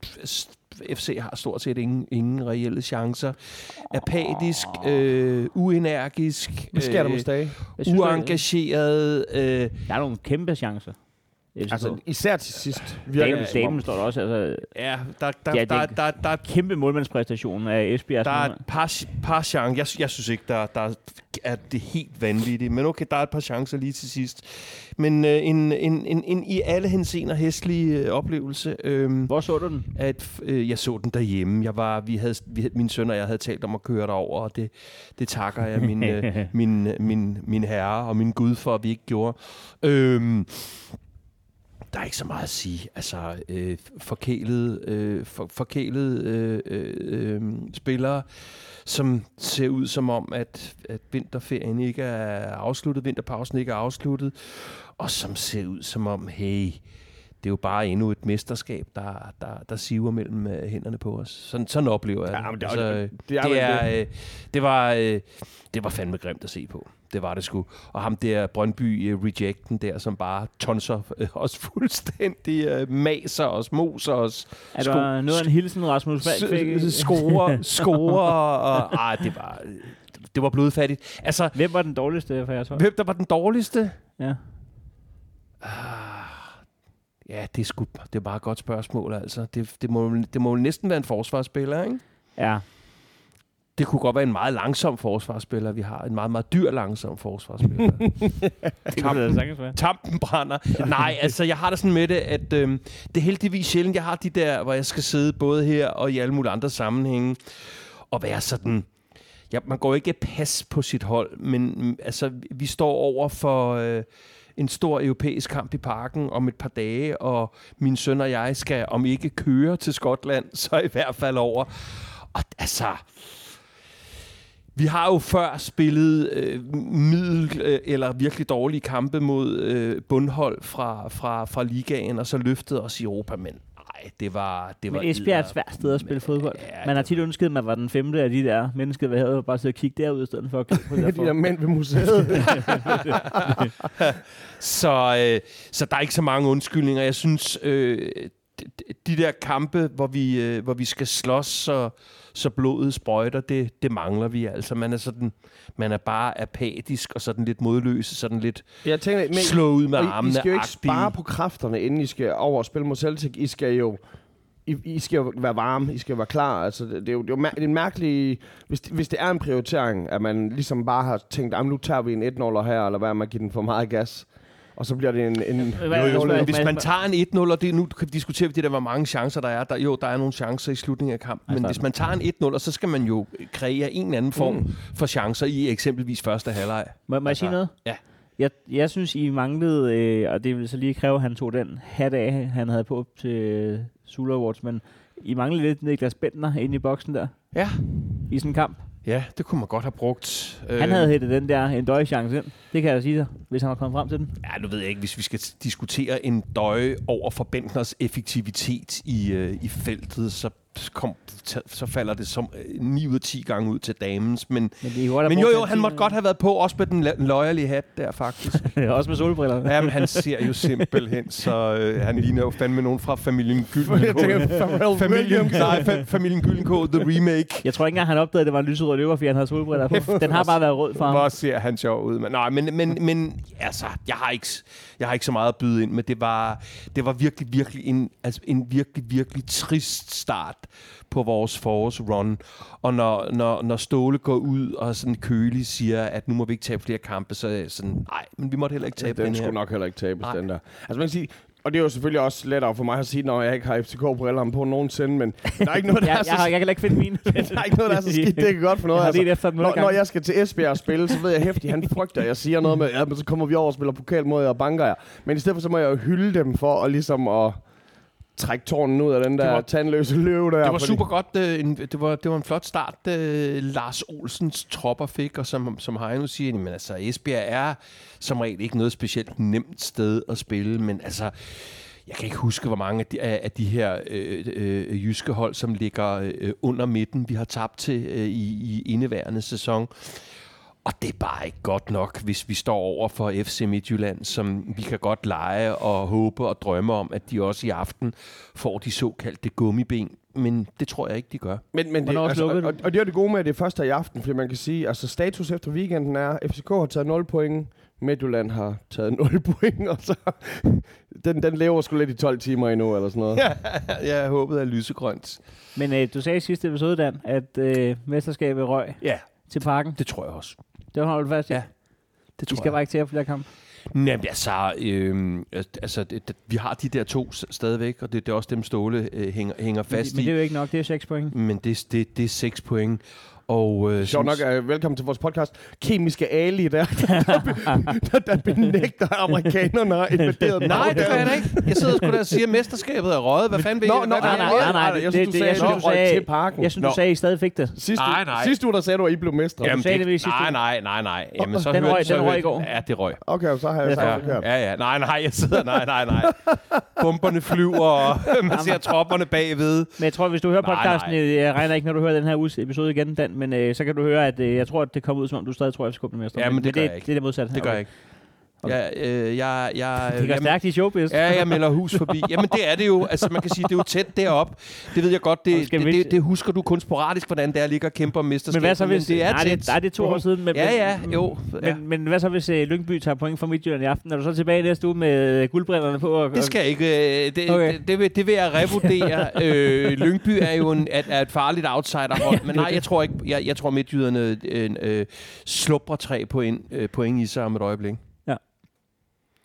[SPEAKER 4] pff, s- FC har stort set ingen, ingen reelle chancer. Apatisk, øh, uenergisk,
[SPEAKER 2] Hvad sker
[SPEAKER 4] Øh,
[SPEAKER 2] der med Stage?
[SPEAKER 5] Jeg synes,
[SPEAKER 4] uengageret. Øh,
[SPEAKER 5] der- Der er nogle kæmpe chancer. Altså,
[SPEAKER 2] Altså, især til sidst virker
[SPEAKER 5] damen,
[SPEAKER 2] det som om,
[SPEAKER 5] damen står der også. Altså,
[SPEAKER 4] ja, der, der,
[SPEAKER 5] Ja,
[SPEAKER 4] ja,
[SPEAKER 5] det-
[SPEAKER 4] der, der, der,
[SPEAKER 5] kæmpe målmandspræstation af Esbjerg.
[SPEAKER 4] der er
[SPEAKER 5] Der,
[SPEAKER 4] et par, par chancer. Jeg, jeg synes ikke, der, der er det helt vanvittigt. Men okay, der er et par chancer lige til sidst. Men øh, en, en, en, en i alle hensener hæslig øh, oplevelse. Øh,
[SPEAKER 5] Hvor så du den?
[SPEAKER 4] at øh, jeg så den derhjemme. Jeg var, vi havde, vi, havde- min søn og jeg havde talt om at køre derover, og det, det takker jeg min, øh, min, min, min herre og min Gud for, at vi ikke gjorde. Øhm, der er ikke så meget at sige. Altså, øh, forkælet, øh, for, forkælet øh, øh, øh, spillere, som ser ud som om, at, at vinterferien ikke er afsluttet, vinterpausen ikke er afsluttet, og som ser ud som om, hey, det er jo bare endnu et mesterskab, der, der, der siver mellem øh, hænderne på os. Sådan, sådan oplever jeg
[SPEAKER 2] Ja, men det er-
[SPEAKER 4] øh,
[SPEAKER 2] det er
[SPEAKER 4] det,
[SPEAKER 2] vel
[SPEAKER 4] er, øh, det, var, øh, det var fandme grimt at se på. Det var det sgu. Og ham der Brøndby øh, Rejecten der, som bare tonser øh, os fuldstændig, øh, maser os, moser os,
[SPEAKER 5] Er der noget af en hilsen, Rasmus Falk fik?
[SPEAKER 4] s- scorer, scorer. Og, ej, det var, det var blodfattigt. Altså,
[SPEAKER 5] Hvem var den dårligste for jeres hold?
[SPEAKER 4] hvem der var den dårligste?
[SPEAKER 5] Ja.
[SPEAKER 4] Ja, det er, sgu, det er bare et godt spørgsmål, altså. Det, det, må, det må jo næsten være en forsvarsspiller, ikke?
[SPEAKER 5] ja.
[SPEAKER 4] Det kunne godt være en meget langsom forsvarsspiller, vi har. En meget, meget dyr langsom forsvarsspiller.
[SPEAKER 5] Det kunne det da sagtens være.
[SPEAKER 4] Tampen brænder. Nej, altså, jeg har det sådan med det, at øhm, det er heldigvis sjældent, jeg har de der, hvor jeg skal sidde både her og i alle mulige andre sammenhænge, og være sådan... Ja, man går ikke pas på sit hold, men mm, altså, vi står over for øh, en stor europæisk kamp i parken om et par dage, og min søn og jeg skal, om ikke køre til Skotland, så i hvert fald over. Og altså, vi har jo før spillet øh, middel øh, eller virkelig dårlige kampe mod øh, bundhold fra, fra, fra ligaen, og så løftet os i Europa, men nej, det var... Det var
[SPEAKER 5] Men Esbjerg er et
[SPEAKER 4] edder-
[SPEAKER 5] svært sted at spille fodbold.
[SPEAKER 4] Ja,
[SPEAKER 5] Man har tit ønsket, at man var den femte af de der mennesker, der havde bare siddet og kigge derud, i stedet for at kigge på det
[SPEAKER 2] de der
[SPEAKER 5] derfor.
[SPEAKER 2] mænd ved museet.
[SPEAKER 4] Så, øh, så der er ikke så mange undskyldninger. Jeg synes, øh, de, de der kampe, hvor vi, øh, hvor vi skal slås, så, så blodet sprøjter, det, det mangler vi altså. Man er, sådan, man er bare apatisk og sådan lidt modløs, sådan lidt
[SPEAKER 2] Jeg tænker, men
[SPEAKER 4] slå ud med
[SPEAKER 2] og I-
[SPEAKER 4] armene.
[SPEAKER 2] I skal jo ikke spare på kræfterne, inden I skal over og spille mod Celtic. I skal jo I, I skal jo være varme, I skal være klar. Altså, det, det er jo det er jo mær- det er en mærkelig... Hvis det, hvis det er en prioritering, at man ligesom bare har tænkt, "Jamen, nu tager vi en 1-0'er her, eller hvad, man giver den for meget gas. Og så bliver det en... en
[SPEAKER 5] Hvad er det,
[SPEAKER 4] Jo, men
[SPEAKER 5] Rasmus?
[SPEAKER 4] hvis man tager en 1-0, og det, nu kan vi diskutere det der, hvor mange chancer der er. Der, jo, der er nogle chancer i slutningen af kampen, men
[SPEAKER 5] Altså-
[SPEAKER 4] hvis man tager en 1-0, så skal man jo kreere en eller anden form
[SPEAKER 2] Mm.
[SPEAKER 4] for chancer i eksempelvis første halvleg.
[SPEAKER 5] Må, må jeg sige noget?
[SPEAKER 4] Altså, Ja.
[SPEAKER 5] Jeg, jeg synes, I manglede, øh, og det ville så lige kræve, at han tog den hat af, han havde på til øh, Sula Awards, men I manglede lidt Niklas Bentner inde i boksen der,
[SPEAKER 4] Ja.
[SPEAKER 5] i sådan en kamp.
[SPEAKER 4] Ja, det kunne man godt have brugt. Øhm,
[SPEAKER 5] Han havde hættet den der en døjchance ind. Det kan jeg sige dig, hvis han var kommet frem til den.
[SPEAKER 4] Ja, nu ved jeg ikke, hvis vi skal diskutere en døje over for Bentners effektivitet i, øh, i feltet, så, kom, så falder det som øh, 9 ud af 10 gange ud til damens. Men,
[SPEAKER 5] Men, det er godt, at
[SPEAKER 4] men jo,
[SPEAKER 5] bruge
[SPEAKER 4] jo, han
[SPEAKER 5] den
[SPEAKER 4] måtte
[SPEAKER 5] tid.
[SPEAKER 4] godt have været på, også med den la- løjerlige hat der, faktisk.
[SPEAKER 5] Også med solbriller. Ja.
[SPEAKER 4] Ja, men han ser jo simpelthen, så øh, han ligner jo fandme nogen fra familien
[SPEAKER 2] jeg tænker,
[SPEAKER 4] Gyllenkål.
[SPEAKER 2] Pharrell
[SPEAKER 4] Familien,
[SPEAKER 2] Williams.
[SPEAKER 4] nej, fa- familien Gyllenkål, The Remake.
[SPEAKER 5] Jeg tror ikke engang, han opdagede, at det var en lyserød løber, fordi han havde solbriller på. Den har bare været rød for ham.
[SPEAKER 4] altså. Hvor ser han sjov ud. Men, nej, men, men, men altså, jeg har, ikke, jeg har ikke så meget at byde ind, men det var, det var virkelig, virkelig en, altså, en virkelig, virkelig trist start på vores forårsrun. Og når, når, når Ståle går ud og sådan kølig siger, at nu må vi ikke tabe flere kampe, så er jeg sådan, nej, men vi måtte heller ikke tabe
[SPEAKER 2] den
[SPEAKER 4] den
[SPEAKER 2] skulle
[SPEAKER 4] her.
[SPEAKER 2] nok heller ikke tabes,
[SPEAKER 4] Nej.
[SPEAKER 2] den der. Altså man kan sige, Og det er jo selvfølgelig også lettere for mig at sige, når jeg ikke har FCK-brillerne på nogensinde, men der er ikke noget, der,
[SPEAKER 5] jeg,
[SPEAKER 2] er,
[SPEAKER 5] jeg, har,
[SPEAKER 2] så,
[SPEAKER 5] jeg kan heller ikke finde mine.
[SPEAKER 2] der er ikke noget, der er så skidt. Det kan godt for
[SPEAKER 5] Jeg
[SPEAKER 2] noget.
[SPEAKER 5] har
[SPEAKER 2] Altså.
[SPEAKER 5] lidt efter den
[SPEAKER 2] Når, når
[SPEAKER 5] jeg...
[SPEAKER 2] jeg skal til Esbjerg og spille, så ved jeg hæftigt, han frygter, at jeg siger noget med, ja, men så kommer vi over og spiller pokal mod jer og banker jer. Men i stedet for, så må jeg jo hylde dem for at ligesom at trække tårnen ud af den der
[SPEAKER 4] var-
[SPEAKER 2] tandløse løve der.
[SPEAKER 4] Det var
[SPEAKER 2] fordi-
[SPEAKER 4] super godt. Øh, en, det, var, det var en flot start, øh, Lars Olsens tropper fik, og som, som Heino siger, men altså Esbjerg er som regel ikke noget specielt nemt sted at spille, men altså, jeg kan ikke huske, hvor mange af de, af, af de her øh, øh, jyske hold, som ligger øh, under midten, vi har tabt til øh, i, i indeværende sæson. Og det er bare ikke godt nok, hvis vi står over for FC Midtjylland, som vi kan godt lege og håbe og drømme om, at de også i aften får de såkaldte gummiben. Men det tror jeg ikke, de gør.
[SPEAKER 2] Men, men det,
[SPEAKER 5] Hvornår
[SPEAKER 2] altså, og,
[SPEAKER 5] slukkede
[SPEAKER 2] og,
[SPEAKER 5] du?
[SPEAKER 2] og det er jo det gode med, at det er først her i aften, fordi man kan sige, altså status efter weekenden er, FCK har taget 0 point, Midtjylland har taget 0 point, og så den, den lever sgu lidt i 12 timer endnu, eller sådan noget. Ja.
[SPEAKER 4] jeg håbede af lysegrønt.
[SPEAKER 5] Men øh, du sagde i sidste episode, Dan, at øh, mesterskabet røg
[SPEAKER 4] Ja,
[SPEAKER 5] til parken.
[SPEAKER 4] det tror jeg også.
[SPEAKER 5] Det holder du fast i.
[SPEAKER 4] Ja, Det tror
[SPEAKER 5] I skal
[SPEAKER 4] jeg.
[SPEAKER 5] bare ikke til at flere kampe.
[SPEAKER 4] Jamen, altså, øhm, altså det, det, vi har de der to s- stadigvæk, og det, det er også dem, Ståle øh, hænger, hænger
[SPEAKER 5] Men,
[SPEAKER 4] fast
[SPEAKER 5] men det er
[SPEAKER 4] i.
[SPEAKER 5] jo ikke nok. Det er 6 point.
[SPEAKER 4] Men det, det, det er seks point. Og, øh,
[SPEAKER 2] Sjovt nok,
[SPEAKER 4] som-
[SPEAKER 2] uh, velkommen til vores podcast, Kemiske Ali, der, der, der, der benægter amerikanerne et
[SPEAKER 4] Nej,
[SPEAKER 2] værderet navn.
[SPEAKER 4] det gør jeg da ikke. Jeg sidder sgu der og siger, at mesterskabet er røget. Hvad fanden vil
[SPEAKER 2] Nå,
[SPEAKER 4] jeg?
[SPEAKER 2] nå,
[SPEAKER 4] hvad vil
[SPEAKER 2] nej,
[SPEAKER 4] jeg?
[SPEAKER 5] nej, nej,
[SPEAKER 2] nej,
[SPEAKER 5] nej,
[SPEAKER 2] nej,
[SPEAKER 5] det-
[SPEAKER 2] jeg synes, du
[SPEAKER 5] det-
[SPEAKER 2] sagde,
[SPEAKER 5] jeg synes,
[SPEAKER 2] at
[SPEAKER 5] du
[SPEAKER 2] du røg
[SPEAKER 5] sagde-
[SPEAKER 2] til parken.
[SPEAKER 5] Jeg synes, du
[SPEAKER 4] Nå.
[SPEAKER 5] sagde, at I stadig fik det.
[SPEAKER 2] Sidste,
[SPEAKER 4] Nej, nej.
[SPEAKER 2] sidste uge, der sagde du, at I blev mestre.
[SPEAKER 5] Jamen, sagde det ved sidste
[SPEAKER 4] nej,
[SPEAKER 5] uge.
[SPEAKER 4] nej, nej, nej. Jamen, så
[SPEAKER 5] den
[SPEAKER 4] hørte-
[SPEAKER 5] røg-
[SPEAKER 4] så
[SPEAKER 5] den røg
[SPEAKER 4] hørte-
[SPEAKER 5] i går.
[SPEAKER 4] Ja, det røg.
[SPEAKER 2] Okay, så har jeg sagt det
[SPEAKER 4] Ja,
[SPEAKER 2] her.
[SPEAKER 4] ja, ja. Nej, nej, jeg sidder, nej, nej, nej. Bomberne flyver, og man ser tropperne bagved.
[SPEAKER 5] Men jeg tror, hvis du hører
[SPEAKER 4] Nej,
[SPEAKER 5] podcasten,
[SPEAKER 4] nej.
[SPEAKER 5] nej, nej. jeg regner ikke, når du hører den her uges episode igen, Dan, men øh, så kan du høre, at øh, jeg tror, at det kommer ud, som om du stadig tror, at FCK bliver mester.
[SPEAKER 4] Ja, men det gør
[SPEAKER 5] det,
[SPEAKER 4] jeg ikke.
[SPEAKER 5] det er det modsatte.
[SPEAKER 4] Det gør jeg ikke. Jeg, øh, jeg, jeg,
[SPEAKER 5] Det gør
[SPEAKER 4] jamen-
[SPEAKER 5] stærkt i showbiz.
[SPEAKER 4] Ja, jeg melder hus forbi. Jamen, det er det jo. Altså, man kan sige, det er jo tæt derop. Det ved jeg godt.
[SPEAKER 5] Og
[SPEAKER 4] Det,
[SPEAKER 5] skal
[SPEAKER 4] det,
[SPEAKER 5] vi
[SPEAKER 4] det,
[SPEAKER 5] ikke-
[SPEAKER 4] det husker du kun sporadisk, hvordan det er at ligge og kæmpe om mesterskabet.
[SPEAKER 5] Men hvad så hvis...
[SPEAKER 4] det er
[SPEAKER 5] nej,
[SPEAKER 4] tæt.
[SPEAKER 5] det, nej, det er to år siden. Men,
[SPEAKER 4] Ja,
[SPEAKER 5] men-
[SPEAKER 4] ja, jo. Ja.
[SPEAKER 5] Men, men hvad så, hvis øh, Lyngby tager point for Midtjylland i aften? Er du så tilbage næste uge med øh, guldbrillerne på? Og,
[SPEAKER 4] Det skal jeg ikke. øh, Det,
[SPEAKER 5] Okay.
[SPEAKER 4] okay. det, det, vil, det vil jeg revurdere. øh, Lyngby er jo en, er, er et farligt outsiderhold, men nej, jeg tror ikke. Jeg, jeg tror midtjyderne øh, øh, slupper tre point, øh, point i sig om et øjeblik.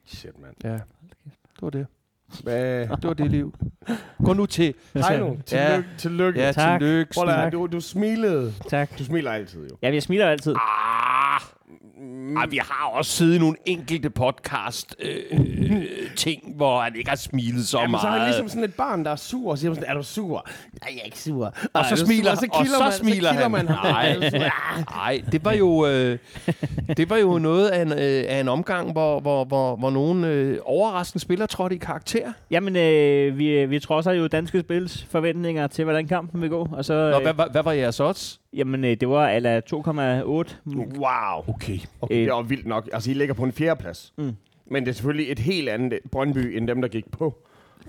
[SPEAKER 2] Shit, mand.
[SPEAKER 4] Ja. Det var det.
[SPEAKER 2] Hvad?
[SPEAKER 4] Det var det liv. Gå nu til.
[SPEAKER 2] Hej nu. Tillykke. tillykke.
[SPEAKER 4] Ja,
[SPEAKER 5] Tak.
[SPEAKER 4] tillykke.
[SPEAKER 2] Prøv
[SPEAKER 4] Stig.
[SPEAKER 2] at, du, du smilede.
[SPEAKER 5] Tak.
[SPEAKER 2] Du smiler altid, jo.
[SPEAKER 5] Ja, jeg smiler altid.
[SPEAKER 4] Ah, ej, vi har også siddet i nogle enkelte podcast øh, øh, ting, hvor han ikke har smilet så
[SPEAKER 2] Jamen,
[SPEAKER 4] meget.
[SPEAKER 2] så er han ligesom sådan et barn, der er sur, og siger sådan, er du sur? Nej, jeg er ikke sur. Og
[SPEAKER 4] og
[SPEAKER 2] er
[SPEAKER 4] så
[SPEAKER 2] du
[SPEAKER 4] smiler,
[SPEAKER 2] sur?
[SPEAKER 4] så og så smiler
[SPEAKER 2] kilder
[SPEAKER 4] han.
[SPEAKER 2] man ham. Er du sur?
[SPEAKER 4] Nej, nej, det var jo øh, det var jo noget af en, øh, af en omgang, hvor hvor hvor, hvor nogen øh, overraskende spiller trådte i karakter.
[SPEAKER 5] Jamen, øh, vi, vi trodser jo danske spils forventninger til, hvordan kampen vil gå. Og så,
[SPEAKER 4] Nå,
[SPEAKER 5] øh,
[SPEAKER 4] hvad, hvad, hvad var jeres odds?
[SPEAKER 5] jamen, øh, det var ala 2,8.
[SPEAKER 2] Wow.
[SPEAKER 4] Okay.
[SPEAKER 2] Okay,
[SPEAKER 5] Øh.
[SPEAKER 2] det var vildt nok. Altså, I ligger på en fjerdeplads.
[SPEAKER 5] Mm.
[SPEAKER 2] Men det er selvfølgelig et helt andet Brøndby, end dem, der gik på.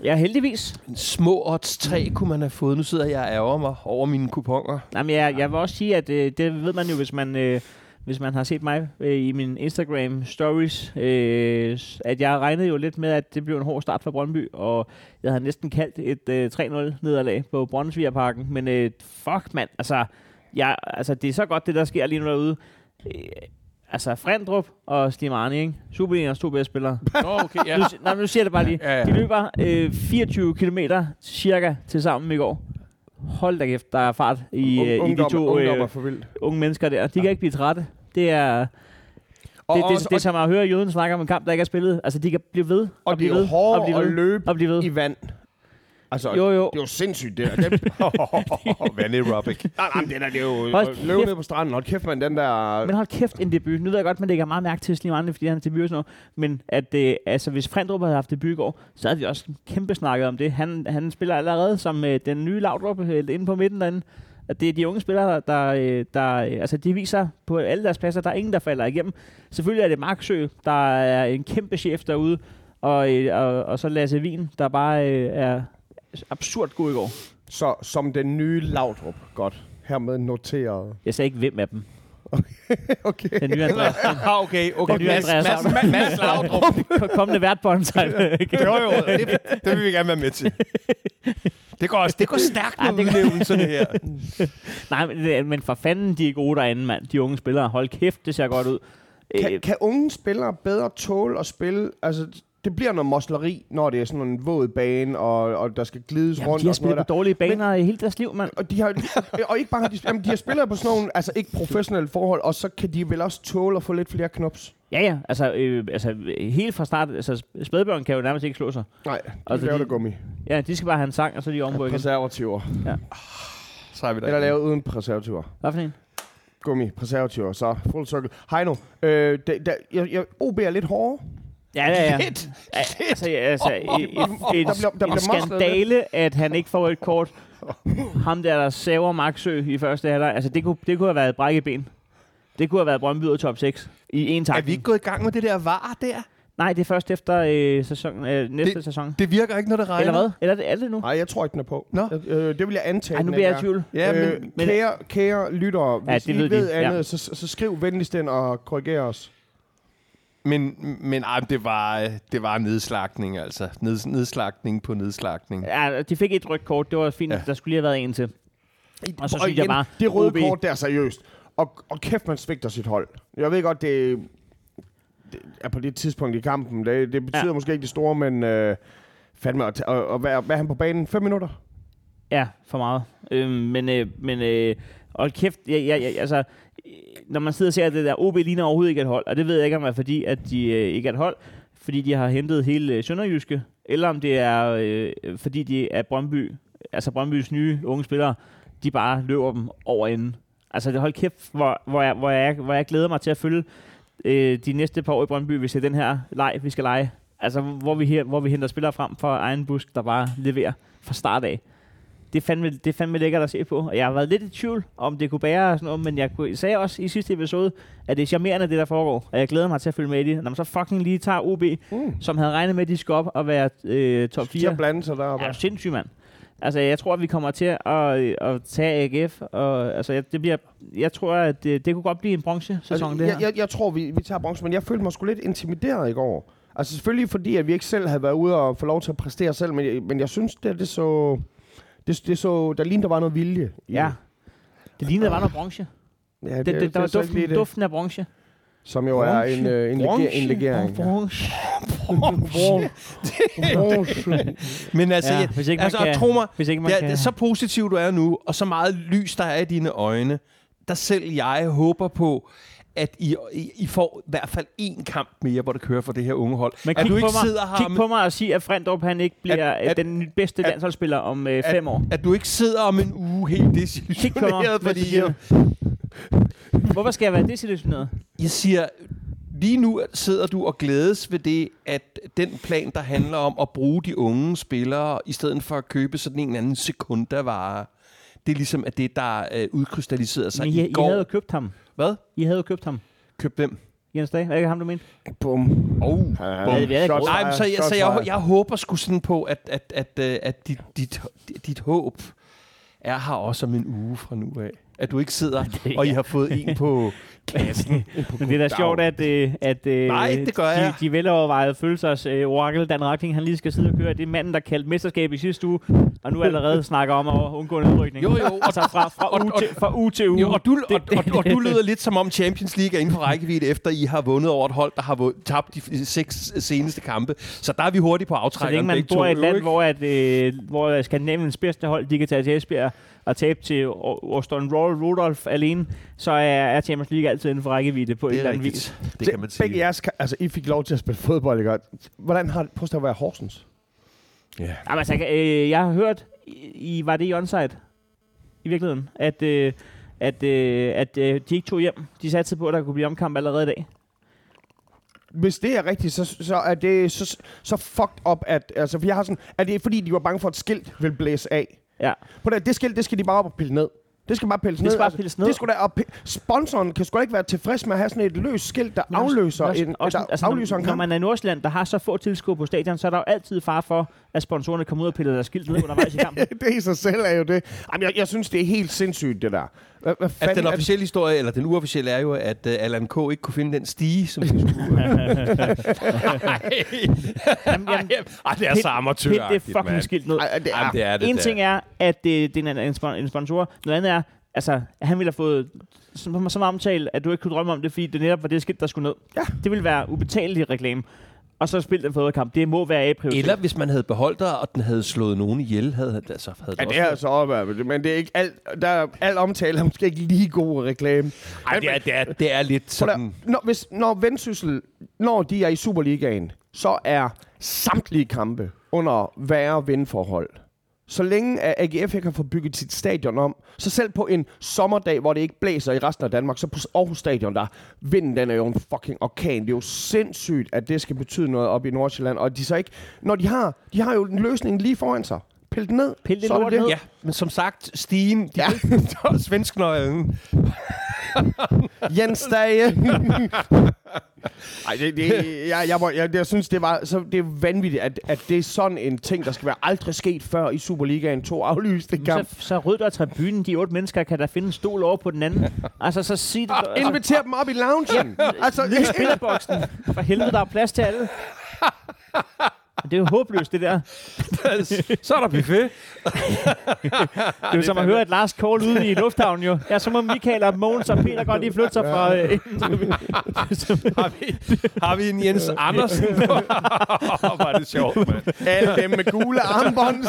[SPEAKER 5] Ja, heldigvis.
[SPEAKER 4] Små odds 3 kunne man have fået. Nu sidder jeg og ærger mig over mine kuponer.
[SPEAKER 5] Jamen, jeg, jeg vil også sige, at øh, det ved man jo, hvis man, øh, hvis man har set mig øh, i min Instagram stories, øh, s- at jeg regnede jo lidt med, at det blev en hård start for Brøndby, og jeg havde næsten kaldt et øh, 3-0 nederlag på Brøndsvigerparken, men øh, fuck mand, altså, jeg, altså, det er så godt, det der sker lige nu derude. Øh, altså, Frendrup og Slimani, ikke? Superligens to bedste spillere.
[SPEAKER 4] Nå, okay, ja.
[SPEAKER 5] Nu, nej, nu siger jeg det bare lige.
[SPEAKER 4] Ja, ja.
[SPEAKER 5] De løber øh, 24 km cirka til sammen i går. Hold da kæft, der er fart i, øh, i de
[SPEAKER 2] ungdom,
[SPEAKER 5] to
[SPEAKER 2] ungdom er
[SPEAKER 5] øh,
[SPEAKER 2] for vildt.
[SPEAKER 5] unge mennesker der. De kan ikke blive trætte. Det er, det,
[SPEAKER 2] Og,
[SPEAKER 5] det,
[SPEAKER 2] og,
[SPEAKER 5] det, det er som at høre jøden snakke om en kamp, der ikke er spillet. Altså, de kan blive ved
[SPEAKER 2] og,
[SPEAKER 5] og
[SPEAKER 2] og det
[SPEAKER 5] blive
[SPEAKER 2] er jo
[SPEAKER 5] ved og blive
[SPEAKER 2] hårdere at
[SPEAKER 5] ved
[SPEAKER 2] løbe
[SPEAKER 5] og blive ved.
[SPEAKER 2] i vand. Altså,
[SPEAKER 5] Jo,
[SPEAKER 2] det
[SPEAKER 5] jo.
[SPEAKER 2] er jo sindssygt, det der. Det,
[SPEAKER 4] Vand aerobic.
[SPEAKER 2] nej, nej, det der, det er jo
[SPEAKER 5] Hold
[SPEAKER 2] at løbe
[SPEAKER 5] kæft.
[SPEAKER 2] ned på stranden. Hold kæft, man, den der...
[SPEAKER 5] Men hold kæft, en debut. Nu ved jeg godt, man lægger meget mærke til Slimane, fordi han er debut og sådan noget. Men at, øh, altså, hvis Frendrup havde haft debut i går, så havde vi også kæmpe snakket om det. Han, han spiller allerede som øh, den nye Laudrup øh, inde på midten derinde. At det er de unge spillere, der, der, øh, der øh, altså, de viser på alle deres pladser, der er ingen, der falder igennem. Selvfølgelig er det Marksø, der er en kæmpe chef derude. Og, øh, og, og så Lasse Wien, der bare øh, er absurd god i går.
[SPEAKER 2] Så som den nye Laudrup. Godt. Hermed noteret.
[SPEAKER 5] Jeg sagde ikke, hvem af dem.
[SPEAKER 2] Okay.
[SPEAKER 5] Den nye Andreas,
[SPEAKER 4] Ah, okay, okay.
[SPEAKER 5] Den nye Andreas Laudrup.
[SPEAKER 4] Mads, Mads Laudrup.
[SPEAKER 5] kommende vært på en
[SPEAKER 4] Jo, jo, det, det vil vi gerne være med til. Det går, også, det går stærkt
[SPEAKER 5] Ej,
[SPEAKER 4] med
[SPEAKER 5] det går-
[SPEAKER 4] udnævnelserne her.
[SPEAKER 5] Nej, men, øh, men for fanden, de er gode derinde, mand. De unge spillere. Hold kæft, det ser godt ud. Øh,
[SPEAKER 2] Kan, kan unge spillere bedre tåle at spille altså, det bliver noget mosleri, når det er sådan en våd bane, og, og der skal glides
[SPEAKER 5] Jamen,
[SPEAKER 2] rundt.
[SPEAKER 5] de har
[SPEAKER 2] og sådan noget
[SPEAKER 5] spillet
[SPEAKER 2] der.
[SPEAKER 5] på dårlige baner i hele deres liv, mand.
[SPEAKER 2] Og de har, og ikke bare har de, jamen, de har spillet på sådan nogle, altså ikke professionelle forhold, og så kan de vel også tåle at få lidt flere knops.
[SPEAKER 5] Ja, ja. Altså, øh, altså helt fra start. Altså, spædbørn kan jo nærmest ikke slå sig.
[SPEAKER 2] Nej,
[SPEAKER 5] Og
[SPEAKER 2] Altså, de
[SPEAKER 5] så
[SPEAKER 2] laver
[SPEAKER 5] de-
[SPEAKER 2] det gummi.
[SPEAKER 5] Ja, de skal bare have en sang, og så er de ovenpå igen.
[SPEAKER 2] Præservativer.
[SPEAKER 4] Så er vi der.
[SPEAKER 2] Eller lavet uden præservativer.
[SPEAKER 5] Hvad for en?
[SPEAKER 2] Gummi, præservativer, så full circle. Hej nu. Øh, da, da, jeg, jeg, OB er lidt hårdere.
[SPEAKER 5] Ja, ja, ja.
[SPEAKER 4] Lidt.
[SPEAKER 5] Ja, Altså, altså et, et,
[SPEAKER 2] Der bliver- der
[SPEAKER 5] et,
[SPEAKER 2] bliver
[SPEAKER 5] en
[SPEAKER 2] moslet
[SPEAKER 5] skandale, at han ikke får et kort. Ham der, der saver Maxø i første halvleg. Altså, det kunne, det kunne have været et brækket ben. Det kunne have været Brøndby ud af top 6 i en
[SPEAKER 4] Er
[SPEAKER 5] tak.
[SPEAKER 4] vi ikke gået i gang med det der var der?
[SPEAKER 5] Nej, det er først efter øh, sæson, øh, næste det, sæson.
[SPEAKER 4] Det virker ikke, når det regner.
[SPEAKER 5] Eller hvad? Eller er det, er det nu?
[SPEAKER 2] Nej, jeg tror ikke, den er på.
[SPEAKER 4] Nå.
[SPEAKER 2] Jeg- Øh, det vil jeg antage.
[SPEAKER 5] Ej, nu
[SPEAKER 2] den
[SPEAKER 5] bliver
[SPEAKER 2] ikke
[SPEAKER 5] jeg i tvivl.
[SPEAKER 4] Ja,
[SPEAKER 2] er.
[SPEAKER 4] men,
[SPEAKER 2] Øh, kære, kære lyttere, hvis
[SPEAKER 5] det
[SPEAKER 2] I
[SPEAKER 5] ved de.
[SPEAKER 2] ved
[SPEAKER 5] Ja.
[SPEAKER 2] andet, så, så skriv venligst den og korriger os.
[SPEAKER 4] men, men ej, det, var, øh, det var nedslagtning, altså. Neds, nedslagtning på nedslagtning.
[SPEAKER 5] Ja, de fik et rødt kort. Det var fint.
[SPEAKER 4] Ja.
[SPEAKER 5] Der skulle lige have været en til. Og så synes jeg
[SPEAKER 2] igen,
[SPEAKER 5] bare,
[SPEAKER 2] det røde
[SPEAKER 5] OB
[SPEAKER 2] kort der er seriøst. Og, og kæft, man svigter sit hold. Jeg ved godt, det, det er på det tidspunkt i kampen. Det, det betyder
[SPEAKER 5] Ja.
[SPEAKER 2] ja. måske ikke det store, men øh, fandme, at- og, og hvad, hvad er han på banen? 5 minutter?
[SPEAKER 5] Ja, for meget. Øhm, men øh, men øh, hold kæft, jeg, jeg, jeg, altså, øh, når man sidder og ser det der, OB ligner overhovedet ikke et hold, og det ved jeg ikke, om det er fordi, at de øh, ikke er et hold, fordi de har hentet hele øh, Sønderjyske, eller om det er, øh, fordi de er Brøndby, altså Brøndbys nye unge spillere, de bare løber dem over enden. Altså, det hold kæft, hvor, hvor, jeg, hvor, jeg, hvor jeg glæder mig til at følge øh, de næste par år i Brøndby, hvis det er den her leg, vi skal lege. Altså, hvor vi, her, hvor vi henter spillere frem fra egen busk, der bare leverer fra start af det er fandme, det er fandme lækkert at se på. Og jeg har været lidt i tvivl, om det kunne bære og sådan noget, men jeg kunne, sagde også i sidste episode, at det er charmerende, det der foregår. Og jeg glæder mig til at følge med i det. Når man så fucking lige tager OB, mm. som havde regnet med, at de skulle op og være øh, top
[SPEAKER 2] Til
[SPEAKER 5] 4.
[SPEAKER 2] at blande sig deroppe.
[SPEAKER 5] Ja, er sindssyg, mand. Altså, jeg tror, at vi kommer til at, øh, at tage AGF, og altså, jeg, det bliver, jeg tror, at øh, det, det kunne godt blive en bronze-sæson, altså, det her.
[SPEAKER 2] jeg, jeg, jeg tror, vi, vi tager bronze, men jeg følte mig sgu lidt intimideret i går. Altså selvfølgelig fordi, at vi ikke selv havde været ude og få lov til at præstere selv, men jeg, men jeg synes, det, det så... Det, det så, der lignede, der var noget vilje. i
[SPEAKER 5] ja. Det lignede, at der var noget bronze.
[SPEAKER 2] det. ja det,
[SPEAKER 5] Det, det, der var
[SPEAKER 2] så ikke lige
[SPEAKER 5] duften, duften af bronze.
[SPEAKER 2] Som jo er en,
[SPEAKER 5] Bronche.
[SPEAKER 2] øh, en, leger, en legering. ja.
[SPEAKER 5] Bronze.
[SPEAKER 4] Men altså,
[SPEAKER 5] Ja,
[SPEAKER 4] ja,
[SPEAKER 5] hvis ikke man
[SPEAKER 4] altså
[SPEAKER 5] kan-
[SPEAKER 4] og tro mig,
[SPEAKER 5] Hvis ikke man
[SPEAKER 4] det, er-
[SPEAKER 5] kan...
[SPEAKER 4] det er så positiv du er nu, og så meget lys, der er i dine øjne, der selv jeg håber på, at I, I, I får i hvert fald én kamp mere, hvor det kører for det her unge hold.
[SPEAKER 5] Men
[SPEAKER 4] at
[SPEAKER 5] kig,
[SPEAKER 4] du ikke
[SPEAKER 5] på,
[SPEAKER 4] sidder
[SPEAKER 5] mig,
[SPEAKER 4] her
[SPEAKER 5] kig
[SPEAKER 4] med-
[SPEAKER 5] på mig og sig, at Frendrup han ikke bliver at,
[SPEAKER 4] at-
[SPEAKER 5] at, den bedste
[SPEAKER 4] at-
[SPEAKER 5] landsholdsspiller om øh, fem år.
[SPEAKER 4] At du ikke sidder om en uge helt
[SPEAKER 5] Kig på mig,
[SPEAKER 4] desillusioneret,
[SPEAKER 5] mens du
[SPEAKER 4] fordi
[SPEAKER 5] siger det. Hvorfor skal jeg være desillusioneret?
[SPEAKER 4] jeg siger, lige nu sidder du og glædes ved det, at den plan, der handler om at bruge de unge spillere, i stedet for at købe sådan en eller anden sekundavare, det er ligesom at det, der øh, udkrystalliserede sig
[SPEAKER 5] Men
[SPEAKER 4] i,
[SPEAKER 5] I, I
[SPEAKER 4] går.
[SPEAKER 5] havde jo købt ham.
[SPEAKER 4] Hvad?
[SPEAKER 5] I havde jo købt ham.
[SPEAKER 4] Køb dem.
[SPEAKER 5] Jens Dag, var det ikke ham, du mente?
[SPEAKER 2] Bum.
[SPEAKER 4] Oh.
[SPEAKER 2] Ja,
[SPEAKER 5] Bum. vi havde ikke råd.
[SPEAKER 4] Nej, men så, jeg, så jeg, jeg håber sgu sådan på, at, at, at, øh, at dit, dit, dit håb er her også om en uge fra nu af. At du ikke sidder,
[SPEAKER 5] er
[SPEAKER 4] og I
[SPEAKER 5] jeg.
[SPEAKER 4] har fået en på kassen.
[SPEAKER 5] Men det er da sjovt, at, øh, at øh,
[SPEAKER 4] Nej, det gør
[SPEAKER 5] de,
[SPEAKER 4] jeg.
[SPEAKER 5] de velovervejede følelsers øh, orakel, Dan Rakling, han lige skal sidde og køre. Det er manden, der kaldte mesterskab i sidste uge, og nu allerede snakker om at undgå nedrykning.
[SPEAKER 4] Jo, jo, og-
[SPEAKER 5] altså fra,
[SPEAKER 4] og-
[SPEAKER 5] fra, uge
[SPEAKER 4] og-
[SPEAKER 5] til, fra uge til uge.
[SPEAKER 4] Jo, og, du, og,
[SPEAKER 5] Det-
[SPEAKER 4] og, og du lyder lidt som om Champions League er inden for rækkevidde, efter I har vundet over et hold, der har vund, tabt de f- seks seneste kampe. Så der er vi hurtigt på
[SPEAKER 5] Så
[SPEAKER 4] aftrækkeren.
[SPEAKER 5] længe man
[SPEAKER 4] begge to,
[SPEAKER 5] bor i et
[SPEAKER 4] jo,
[SPEAKER 5] land,
[SPEAKER 4] ikke?
[SPEAKER 5] hvor, at, øh, hvor Skandinaviens bedste hold, de kan tage til Esbjerg og tabe til Austin Royal Rudolf alene, så er, er Champions League altid inden for rækkevidde på et
[SPEAKER 4] det
[SPEAKER 5] eller
[SPEAKER 4] er
[SPEAKER 5] andet vis.
[SPEAKER 4] rigtigt. Det kan man
[SPEAKER 2] Begge
[SPEAKER 4] sige.
[SPEAKER 2] jeres, ka- altså, I fik lov til at spille fodbold, ikke? Og Hvordan har det, prøv at være Horsens?
[SPEAKER 5] Jamen, altså, jeg kan- øh, jeg har hørt, i, i- var det i onside i virkeligheden, at, øh, at, øh, at øh, de ikke tog hjem. De satte på, at der kunne blive omkamp allerede i dag.
[SPEAKER 2] Hvis det er rigtigt, så, så er det så, så fucked up, at, altså, for jeg har sådan, er det fordi, de var bange for, at et skilt ville blæse af?
[SPEAKER 5] Ja.
[SPEAKER 2] På det, det skilt, det skal de bare op og pille ned. Det skal bare pilles
[SPEAKER 5] Det
[SPEAKER 2] ned. altså,
[SPEAKER 5] skal bare pilles ned.
[SPEAKER 2] Det skulle da, og pi- sponsoren kan sgu da ikke være tilfreds med at have sådan et løst skilt, der afløser
[SPEAKER 5] Også-
[SPEAKER 2] en,
[SPEAKER 5] også-
[SPEAKER 2] der
[SPEAKER 5] altså,
[SPEAKER 2] aflyser
[SPEAKER 5] når,
[SPEAKER 2] en
[SPEAKER 5] når
[SPEAKER 2] kamp.
[SPEAKER 5] man er i Nordsjælland, der har så få tilskuere på stadion, så er der jo altid far for, at sponsorerne kommer ud og piller deres skilt ned undervejs i kampen.
[SPEAKER 2] det i sig selv er jo det. Jamen, jeg, jeg synes, det er helt sindssygt, det der. Hvad, hvad
[SPEAKER 4] At den
[SPEAKER 2] er det-
[SPEAKER 4] officielle historie, eller den uofficielle, er jo, at uh, Allan K. ikke kunne finde den stige, som de skulle... Nej,
[SPEAKER 5] Jamen, jamen,
[SPEAKER 4] Ej, det er så
[SPEAKER 5] Pil det
[SPEAKER 4] amatøragtigt,
[SPEAKER 5] fucking
[SPEAKER 4] mand.
[SPEAKER 5] skilt ned.
[SPEAKER 2] Ej, det er,
[SPEAKER 4] Jamen, det er det,
[SPEAKER 5] en
[SPEAKER 4] der.
[SPEAKER 5] ting er, at det, det er en, en, spon- en sponsor. Noget andet er, altså, at han ville have fået så, så meget omtale, at du ikke kunne drømme om det, fordi det netop var det skilt, der skulle ned.
[SPEAKER 2] Ja.
[SPEAKER 5] Det ville være ubetagelig reklame. og så spille den fodboldkamp. Det må være A-prioritet.
[SPEAKER 4] Eller hvis man havde beholdt dig, og den havde slået nogen ihjel, havde, havde- altså, havde
[SPEAKER 2] Ja,
[SPEAKER 4] også
[SPEAKER 2] det er altså opværvet, men det er ikke alt, der er, alt omtale er måske ikke lige god reklame.
[SPEAKER 4] Ej, det er, det er, det er lidt
[SPEAKER 2] Prøv at-
[SPEAKER 4] sådan...
[SPEAKER 2] Når, hvis, når Vendsyssel, når de er i Superligaen, så er samtlige kampe under værre vindforhold. Så længe at AGF ikke har fået bygget sit stadion om, så selv på en sommerdag, hvor det ikke blæser i resten af Danmark, så på Aarhus Stadion, der vinden den er jo en fucking orkan. Det er jo sindssygt, at det skal betyde noget op i Nordsjælland. Og de så ikke, når de har, de har jo en løsning lige foran sig. Pil det ned.
[SPEAKER 5] Pil det
[SPEAKER 2] så er
[SPEAKER 5] lort ned.
[SPEAKER 4] Ja, men som sagt, Stien, de
[SPEAKER 2] Ja.
[SPEAKER 4] ja. svensknøglen.
[SPEAKER 2] Jens Dage. Ej, det, det, jeg, jeg, må, jeg, jeg, synes, det var så, det er vanvittigt, at, at det er sådan en ting, der skal være aldrig sket før i Superligaen. To aflyste
[SPEAKER 5] så,
[SPEAKER 2] kamp.
[SPEAKER 5] så ryd dig tribunen. De otte mennesker kan da finde en stol over på den anden. altså, så sig det. Altså,
[SPEAKER 2] Inviter dem op i loungen. altså,
[SPEAKER 5] Ned i spillerboksen. For helvede, der er plads til alle. Det er jo håbløst, det der.
[SPEAKER 4] Så er der buffet.
[SPEAKER 5] Det er jo som at høre et Lars Kål ude i lufthavnen jo. Ja, så må Michael og Mogens og Peter godt lige flytte sig fra... Øh,
[SPEAKER 4] Har vi, har vi en Jens Andersen? Øh. Hvor er det sjovt, mand.
[SPEAKER 2] alle dem med gule armbånd.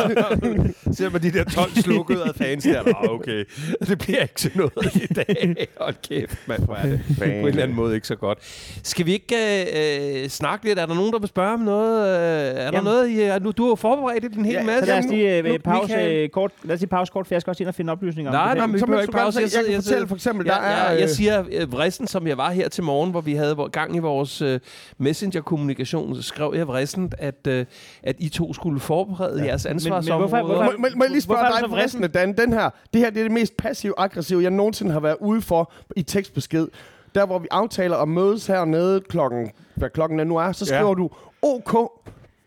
[SPEAKER 4] Ser man de der 12 slukkede af fans der. Nå, okay. Det bliver ikke til noget i dag. Hold kæft, mand. Hvor er det på en eller anden måde ikke så godt. Skal vi ikke øh, øh, snakke lidt? Er der nogen, der vil spørge om noget? Øh, er der
[SPEAKER 5] Jamen.
[SPEAKER 4] noget, I, øh, nu, du har jo forberedt en hel
[SPEAKER 2] Ja,
[SPEAKER 4] masse.
[SPEAKER 5] så lad os lige øh,
[SPEAKER 4] Nu-
[SPEAKER 5] pause,
[SPEAKER 4] Michael.
[SPEAKER 5] øh, kort, lad os lige pause kort, for jeg skal også ind og finde oplysninger om
[SPEAKER 4] Nej,
[SPEAKER 5] det.
[SPEAKER 4] nej, men vi
[SPEAKER 2] Så
[SPEAKER 4] behøver
[SPEAKER 2] mens
[SPEAKER 4] ikke
[SPEAKER 2] du gør
[SPEAKER 4] pause.
[SPEAKER 2] det, så jeg kan
[SPEAKER 4] sidder-
[SPEAKER 2] fortælle for eksempel, der
[SPEAKER 4] jeg, jeg,
[SPEAKER 2] er,
[SPEAKER 4] jeg
[SPEAKER 2] øh,
[SPEAKER 4] siger, øh, vristen, som jeg var her til morgen, hvor vi havde vor- gang i vores øh, messenger-kommunikation, så skrev jeg vristen, at, øh, at I to skulle forberede ja. jeres ansvarsområder.
[SPEAKER 5] hvorfor-
[SPEAKER 2] Må, må, må jeg lige
[SPEAKER 5] Hvorfor er
[SPEAKER 2] spørge
[SPEAKER 5] du
[SPEAKER 2] dig
[SPEAKER 5] så
[SPEAKER 2] for
[SPEAKER 5] vrissen?
[SPEAKER 2] resten af Dan? Den her, det her det er det mest passiv-aggressive, jeg nogensinde har været ude for i tekstbesked. Der, hvor vi aftaler at mødes hernede klokken, hvad klokken er nu er, så skriver ja. du OK.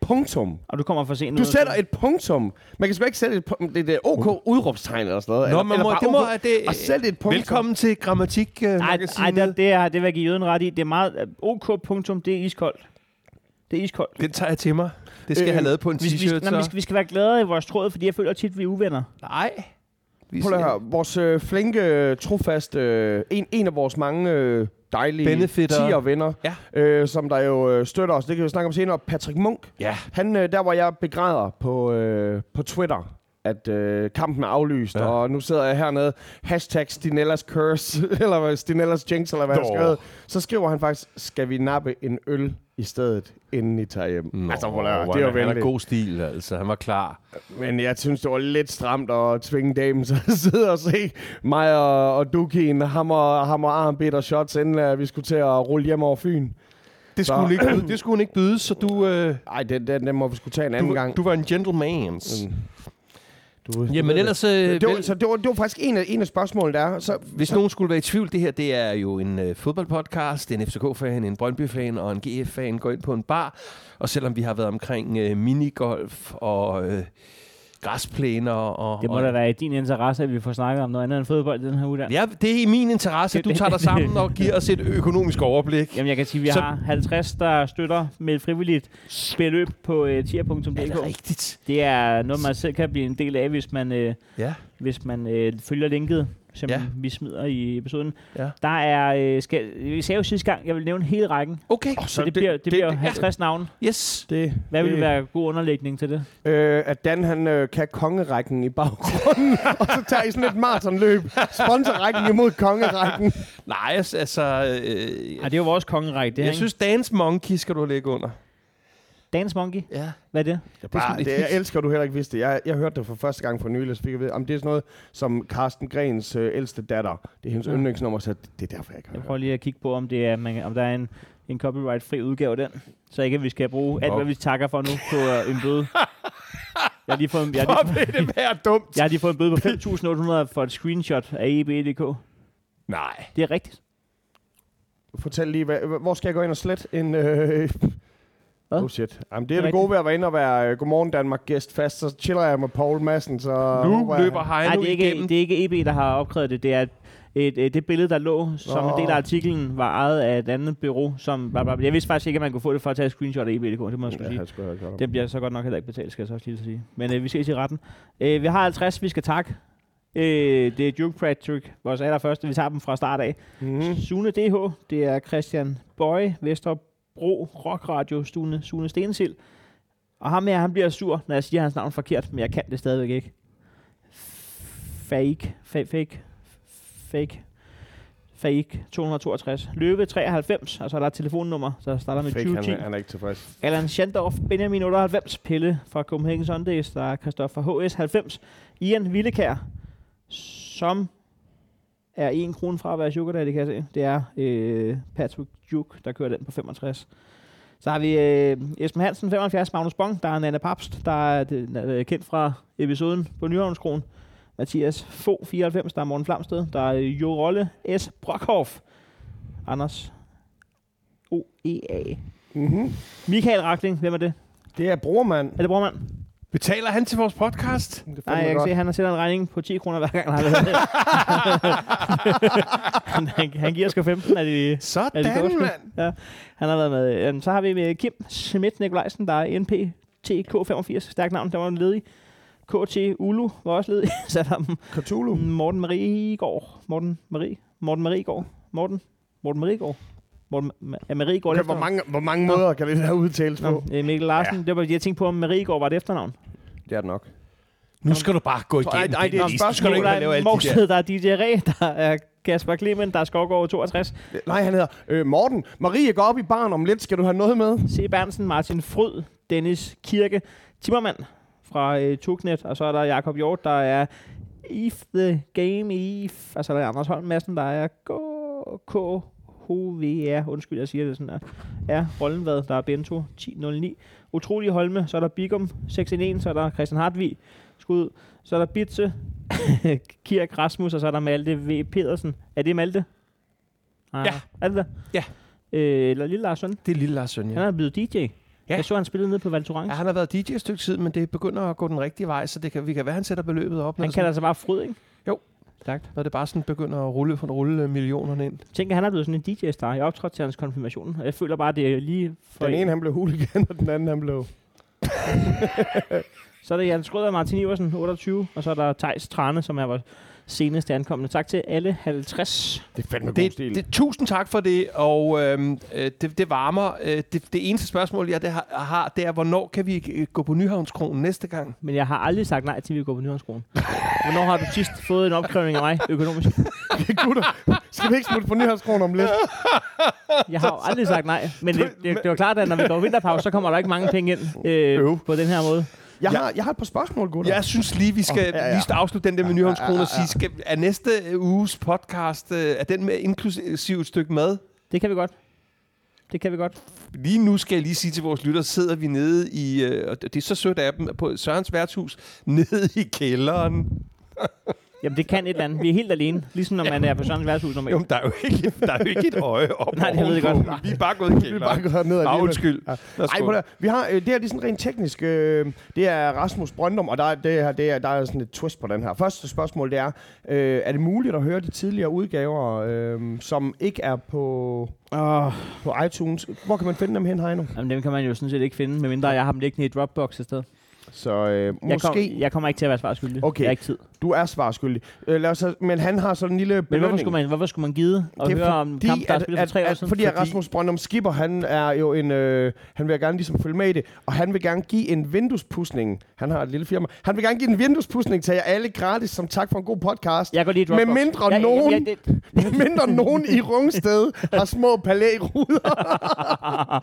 [SPEAKER 2] Punktum.
[SPEAKER 5] Og du kommer for sent
[SPEAKER 2] Du
[SPEAKER 5] ud.
[SPEAKER 2] sætter et punktum. Man kan simpelthen ikke sætte et punktum. Det er OK udråbstegn eller sådan noget.
[SPEAKER 4] Nå,
[SPEAKER 2] eller,
[SPEAKER 4] man
[SPEAKER 2] eller
[SPEAKER 4] må,
[SPEAKER 2] bare
[SPEAKER 4] det må,
[SPEAKER 2] OK.
[SPEAKER 4] er det,
[SPEAKER 2] Og sæt et punktum.
[SPEAKER 4] Velkommen til
[SPEAKER 5] Nej, nej
[SPEAKER 4] grammatikmagasinet. Øh,
[SPEAKER 5] det, det, er, det vil jeg give jøden ret i. Det er meget... OK. punktum, Det er iskoldt. Det er iskoldt.
[SPEAKER 4] Den tager jeg til mig. Det skal øh, jeg
[SPEAKER 2] Øh,
[SPEAKER 4] have lavet på en
[SPEAKER 5] Vi, vi,
[SPEAKER 4] t-shirt,
[SPEAKER 5] nej,
[SPEAKER 4] så.
[SPEAKER 5] vi, skal, vi skal være glade i vores tråd, fordi jeg føler tit, at vi er uvenner.
[SPEAKER 4] Nej. Vi
[SPEAKER 2] Prøv lige
[SPEAKER 4] ser-
[SPEAKER 2] her. Vores øh, flinke, trofaste, øh, en, en af vores mange øh, dejlige
[SPEAKER 4] Benefitter.
[SPEAKER 2] tier venner,
[SPEAKER 4] Ja.
[SPEAKER 2] øh, som der jo øh, støtter os. Det kan vi snakke om senere. Patrick Munk.
[SPEAKER 4] Ja.
[SPEAKER 2] Han, øh, der hvor jeg begræder på, øh, på Twitter, at øh, kampen er aflyst, ja. og nu sidder jeg hernede, hashtag Stinellas curse, eller hvad, Stinellas jinx, eller hvad han skrev. Så skriver han faktisk, skal vi nappe en øl i stedet, inden I tager hjem? Nå, altså, prøv at høre, det er jo
[SPEAKER 4] Han er
[SPEAKER 2] venligt.
[SPEAKER 4] god stil, altså. Han var klar.
[SPEAKER 2] Men jeg synes, det var lidt stramt at tvinge damen til at sidde og se mig og, og Dukin hammer, hammer armbit og shots, inden øh, vi skulle til at rulle hjem over Fyn.
[SPEAKER 4] Det
[SPEAKER 2] skulle hun
[SPEAKER 4] ikke, byde- det skulle hun ikke byde, så du, øh,
[SPEAKER 2] Ej, den, den, den må vi skulle tage en anden gang.
[SPEAKER 4] du var en gentleman's.
[SPEAKER 2] Mm. Du,
[SPEAKER 4] Jamen ellers... Øh,
[SPEAKER 2] Det var, så det var, det var faktisk en af, en af spørgsmålene, der er. Så
[SPEAKER 4] Hvis nogen skulle være i tvivl, det her det er jo en øh, fodboldpodcast, det er en FCK-fan, en Brøndby-fan og en GF-fan går ind på en bar, og selvom vi har været omkring øh, minigolf og øh, græsplæner og...
[SPEAKER 5] Det må
[SPEAKER 4] og,
[SPEAKER 5] da være i din interesse, at vi får snakket om noget andet end fodbold i den her uge. Der.
[SPEAKER 4] Ja, det er i min interesse, at du tager dig sammen og giver os et økonomisk overblik.
[SPEAKER 5] Jamen, jeg kan sige, at vi
[SPEAKER 4] Så-
[SPEAKER 5] har 50, der støtter med et frivilligt beløb på øh, tier.dk.
[SPEAKER 4] Er det rigtigt?
[SPEAKER 5] Det er noget, man selv kan blive en del af, hvis man, øh,
[SPEAKER 4] Ja.
[SPEAKER 5] hvis man øh, følger linket, som
[SPEAKER 4] Ja.
[SPEAKER 5] ja. vi smider i episoden.
[SPEAKER 4] Ja.
[SPEAKER 5] Der er, øh, skal, vi sagde jo sidste gang, jeg vil nævne hele rækken,
[SPEAKER 4] Okay,
[SPEAKER 5] så, det, bliver, det, det bliver 50 navne.
[SPEAKER 4] yes.
[SPEAKER 2] det,
[SPEAKER 5] Hvad
[SPEAKER 2] det,
[SPEAKER 5] ville være god underlægning til det?
[SPEAKER 2] Øh, at Dan han øh, kan kongerækken i baggrunden, og så tager I sådan et maratonløb. Sponsorrækken imod kongerækken.
[SPEAKER 4] Nej, altså... altså øh,
[SPEAKER 5] Ja, det er jo vores kongerække, det her,
[SPEAKER 4] jeg
[SPEAKER 5] ikke?
[SPEAKER 4] synes, Dance Monkey skal du lægge under.
[SPEAKER 5] Dance Monkey,
[SPEAKER 4] Ja.
[SPEAKER 5] hvad er det?
[SPEAKER 2] Jeg,
[SPEAKER 4] er sådan
[SPEAKER 2] bare,
[SPEAKER 4] lidt
[SPEAKER 2] det, jeg elsker, at du heller ikke vidste det. Jeg, jeg hørte det for første gang for nylig, så fik jeg ved, om det er sådan noget, som Carsten Grens øh, ældste datter, det er hendes
[SPEAKER 5] Ja.
[SPEAKER 2] ja. yndlingsnummer, så det, det er derfor, jeg kan
[SPEAKER 5] Jeg
[SPEAKER 2] høre.
[SPEAKER 5] prøver lige at kigge på, om, det er, man, om der er en, en copyright-fri udgave af den, så ikke at vi skal bruge alt,
[SPEAKER 4] Nå.
[SPEAKER 5] hvad vi takker for nu på øh, en bøde. Jeg har lige fået en, jeg har lige,
[SPEAKER 4] Hvor vil det være dumt?
[SPEAKER 5] jeg har lige fået en bøde på 5.800 for et screenshot af E EB.dk.
[SPEAKER 4] Nej.
[SPEAKER 5] Det er rigtigt.
[SPEAKER 2] det. Fortæl lige, hvad, hvor skal jeg gå ind og slet en... Øh,
[SPEAKER 5] Hvad?
[SPEAKER 2] Oh shit. Jamen, det er
[SPEAKER 5] Det er
[SPEAKER 2] det gode ved at være inde og være øh, Godmorgen Danmark gæst fast, så chiller jeg med Paul Madsen, så...
[SPEAKER 4] Nu
[SPEAKER 2] håber jeg-
[SPEAKER 4] løber
[SPEAKER 5] Nej,
[SPEAKER 4] Heino
[SPEAKER 5] det er, ikke,
[SPEAKER 4] igennem.
[SPEAKER 5] det er ikke EB, der har opkrævet det. Det er et, et, et, det billede, der lå som en del af artiklen, var ejet af et andet bureau, som... Bla, bla, bla. Jeg vidste faktisk ikke, at man kunne få det for at tage et screenshot af E EB.dk, det må jeg sgu
[SPEAKER 2] Ja,
[SPEAKER 5] sige.
[SPEAKER 2] jeg skulle have gjort det.
[SPEAKER 5] Den bliver så godt nok heller ikke betalt, skal jeg så også lige sige. Men øh, vi ses i retten. Øh, vi har 50, vi skal takke. Øh, det er Duke Patrick, vores allerførste. Vi tager dem fra start af.
[SPEAKER 2] Mhm.
[SPEAKER 5] Sune DH, det er Christian Bøje, Vestrup Bro Rockradio Stune, Sune Stensild. Og ham her, han bliver sur, når jeg siger hans navn forkert, men jeg kan det stadigvæk ikke. Fake, fake, fake, fake, fake, 262, Løve 93, og så er der et telefonnummer, så starter med
[SPEAKER 2] Fake, han,
[SPEAKER 5] 2010.
[SPEAKER 2] er- han er ikke tilfreds.
[SPEAKER 5] Allan Schandorf, Benjamin 98, Pelle fra Copenhagen Sundays, der er Christoffer HS 90, Ian Villekær, som er en krone fra at være sugar daddy, det kan jeg se. Det er øh, Patrick Duke, der kører den på 65. Så har vi øh, Esben Hansen, 75, Magnus Bong, der er Nana Papst, der er øh, kendt fra episoden på Nyhavnskron. Mathias Fo 94, der er Morten Flamsted, der er Jo Rolle S. Brockhoff, Anders E OEA
[SPEAKER 2] Mm-hmm.
[SPEAKER 5] Michael Rakling, hvem er det?
[SPEAKER 2] Det er brormand.
[SPEAKER 5] Er det brormand?
[SPEAKER 4] Betaler han til vores podcast?
[SPEAKER 2] Det er
[SPEAKER 5] Nej, jeg kan se,
[SPEAKER 2] godt.
[SPEAKER 5] at han har sendt en regning på 10 kroner hver gang, han har været med. han, han, han giver sgu 15 af de... Ja, det kan
[SPEAKER 4] Sådan,
[SPEAKER 5] også.
[SPEAKER 4] mand.
[SPEAKER 5] Han har været med. Øhm, Så har vi med Kim Schmidt Nikolajsen, der er NP TK85. Stærkt navn, der var en ledig. KT Ulu var også ledig. Så er der
[SPEAKER 2] Cthulhu.
[SPEAKER 5] Morten Marie Gård. Morten Marie. Morten Marie Gård. Morten. Morten Marie Gård. Morten Ma- er Marie Gård.
[SPEAKER 2] Okay, hvor, mange, hvor mange måder kan det der udtales på?
[SPEAKER 5] Nå, øh, Mikkel Larsen, ja. det var, jeg tænkte på, om Marie Gård var et efternavn.
[SPEAKER 2] Det er det nok.
[SPEAKER 4] Nu skal du bare gå igennem.
[SPEAKER 2] Ej, ej, det
[SPEAKER 4] den
[SPEAKER 2] er et
[SPEAKER 4] liste. Nu skal du ikke bare lave alt det der.
[SPEAKER 5] Morsted, der er DJ Ræ, der er Kasper Klemen, der er Skovgaard 62,
[SPEAKER 2] Nej, han hedder øh, Morten. Marie går op i barn om lidt. Skal du have noget med?
[SPEAKER 5] C. Bernsen, Martin Frød, Dennis Kirke, Timmermand fra øh, Tugnet, og så er der Jakob Hjort, der er If The Game If, og så er der Anders Holm Madsen, der er K. HVR, undskyld, jeg siger det sådan her, er Rollenvad, der er Bento 1009. Utrolig Holme, så er der Bigum 611, så er der Christian Hartvig, skud, så er der Bitse, Kirk Rasmus, og så er der Malte V. Pedersen. Er det Malte? Ah,
[SPEAKER 4] Ja.
[SPEAKER 5] Er det der?
[SPEAKER 4] Ja.
[SPEAKER 5] Øh, eller Lille Lars Søn?
[SPEAKER 4] Det er lille Lars Sønja.
[SPEAKER 5] Han er blevet DJ. Ja. Jeg så, han spillede ned på Valtorang.
[SPEAKER 4] Ja,
[SPEAKER 5] Ja,
[SPEAKER 4] han har været DJ et stykke tid, men det begynder at gå den rigtige vej, så det kan, vi kan være, han sætter beløbet op, når,
[SPEAKER 5] han
[SPEAKER 4] det, sådan,
[SPEAKER 5] kalder sig bare Fryd, ikke?
[SPEAKER 4] Jo.
[SPEAKER 5] Stærkt.
[SPEAKER 4] når det bare sådan begynder at rulle, for at rulle øh, millionerne ind.
[SPEAKER 5] Tænk, at han er blevet sådan en DJ-star. Jeg optrådte til hans konfirmation, og jeg føler bare, det er lige for
[SPEAKER 2] Den
[SPEAKER 5] en.
[SPEAKER 2] ene, han blev huligan, og den anden, han blev...
[SPEAKER 5] Så er det Jan Skrøder og Martin Iversen, 28, og så er der Tejs Trane, som er vores seneste ankommende. Tak til alle 50.
[SPEAKER 2] Det er fandme god
[SPEAKER 4] Det,
[SPEAKER 2] stil.
[SPEAKER 4] det, tusind tak for det, og øhm, øh, det, det varmer. Øh, det, det eneste spørgsmål, jeg det har, har, det er, hvornår kan vi øh, gå på Nyhavnskronen næste gang?
[SPEAKER 5] Men jeg har aldrig sagt nej til, at vi går på Nyhavnskronen. Hvornår har du sidst fået en opkrævning af mig økonomisk?
[SPEAKER 2] Skal vi ikke smutte på nyhedskronen om lidt?
[SPEAKER 5] Jeg har jo aldrig sagt nej. Men det, det, det var klart, at når vi går vinterpause, så kommer der ikke mange penge ind øh, på den her måde.
[SPEAKER 2] Jeg, har, jeg har et par spørgsmål, gutter.
[SPEAKER 4] Jeg synes lige, vi skal, oh, ja, ja. Lige skal afslutte den der med Nyhavnskronen og sige, skal, er næste øh, uges podcast, øh, er den med inklusiv et stykke mad?
[SPEAKER 5] Det kan vi godt. Det kan vi godt.
[SPEAKER 4] Lige nu skal jeg lige sige til vores lytter, sidder vi nede i, øh, og det er så sødt af dem, på Sørens værtshus, nede i kælderen.
[SPEAKER 5] Jamen, det kan et eller andet. Vi er helt alene. Ligesom når man er på Sørens værtshus normalt.
[SPEAKER 4] Jo, men der er jo ikke, der er jo ikke et øje op.
[SPEAKER 5] Nej, det ved jeg
[SPEAKER 4] ovenpå.
[SPEAKER 5] godt.
[SPEAKER 4] Vi er bare gået i
[SPEAKER 2] Vi er
[SPEAKER 4] kælderen.
[SPEAKER 2] bare gået ned
[SPEAKER 4] Ah,
[SPEAKER 2] alligevel.
[SPEAKER 4] undskyld.
[SPEAKER 2] Ja.
[SPEAKER 4] Lad os
[SPEAKER 2] Ej,
[SPEAKER 4] gå.
[SPEAKER 2] prøv at høre. vi har, øh, det her det er sådan rent teknisk. Øh, det er Rasmus Brøndum, og der, er- det her, det er, der er sådan et twist på den her. Første spørgsmål, det er, øh, er det muligt at høre de tidligere udgaver, øh, som ikke er på,
[SPEAKER 5] Oh.
[SPEAKER 2] på iTunes? Hvor kan man finde dem hen, Heino?
[SPEAKER 5] Jamen, dem kan man jo sådan set ikke finde, medmindre jeg har dem liggende i Dropbox i stedet.
[SPEAKER 2] Så øh,
[SPEAKER 5] Jeg,
[SPEAKER 2] måske,
[SPEAKER 5] Kom, jeg kommer ikke til at være svarskyldig.
[SPEAKER 2] Okay.
[SPEAKER 5] Jeg har ikke tid. Men
[SPEAKER 2] du er svarskyldig. Øh, lad os, så- men han har sådan en lille belønning.
[SPEAKER 5] hvorfor skulle, man, hvorfor skulle man gide at
[SPEAKER 2] Det er
[SPEAKER 5] høre om
[SPEAKER 2] fordi,
[SPEAKER 5] kamp, der er spillet for tre år siden?
[SPEAKER 2] Fordi, at
[SPEAKER 5] Fordi-
[SPEAKER 2] Rasmus Brøndum Skipper, han er jo en... Øh, han vil gerne ligesom følge med i det, og han vil gerne give en vinduespudsning. Han har et lille firma. Han vil gerne give en vinduespudsning til jer alle gratis, som tak for en god podcast.
[SPEAKER 5] Jeg går lige i
[SPEAKER 2] Med
[SPEAKER 5] Dropbox.
[SPEAKER 2] mindre,
[SPEAKER 5] Ja, ja,
[SPEAKER 2] nogen,
[SPEAKER 5] ja, det-
[SPEAKER 2] med mindre nogen i Rungsted har små palæruder.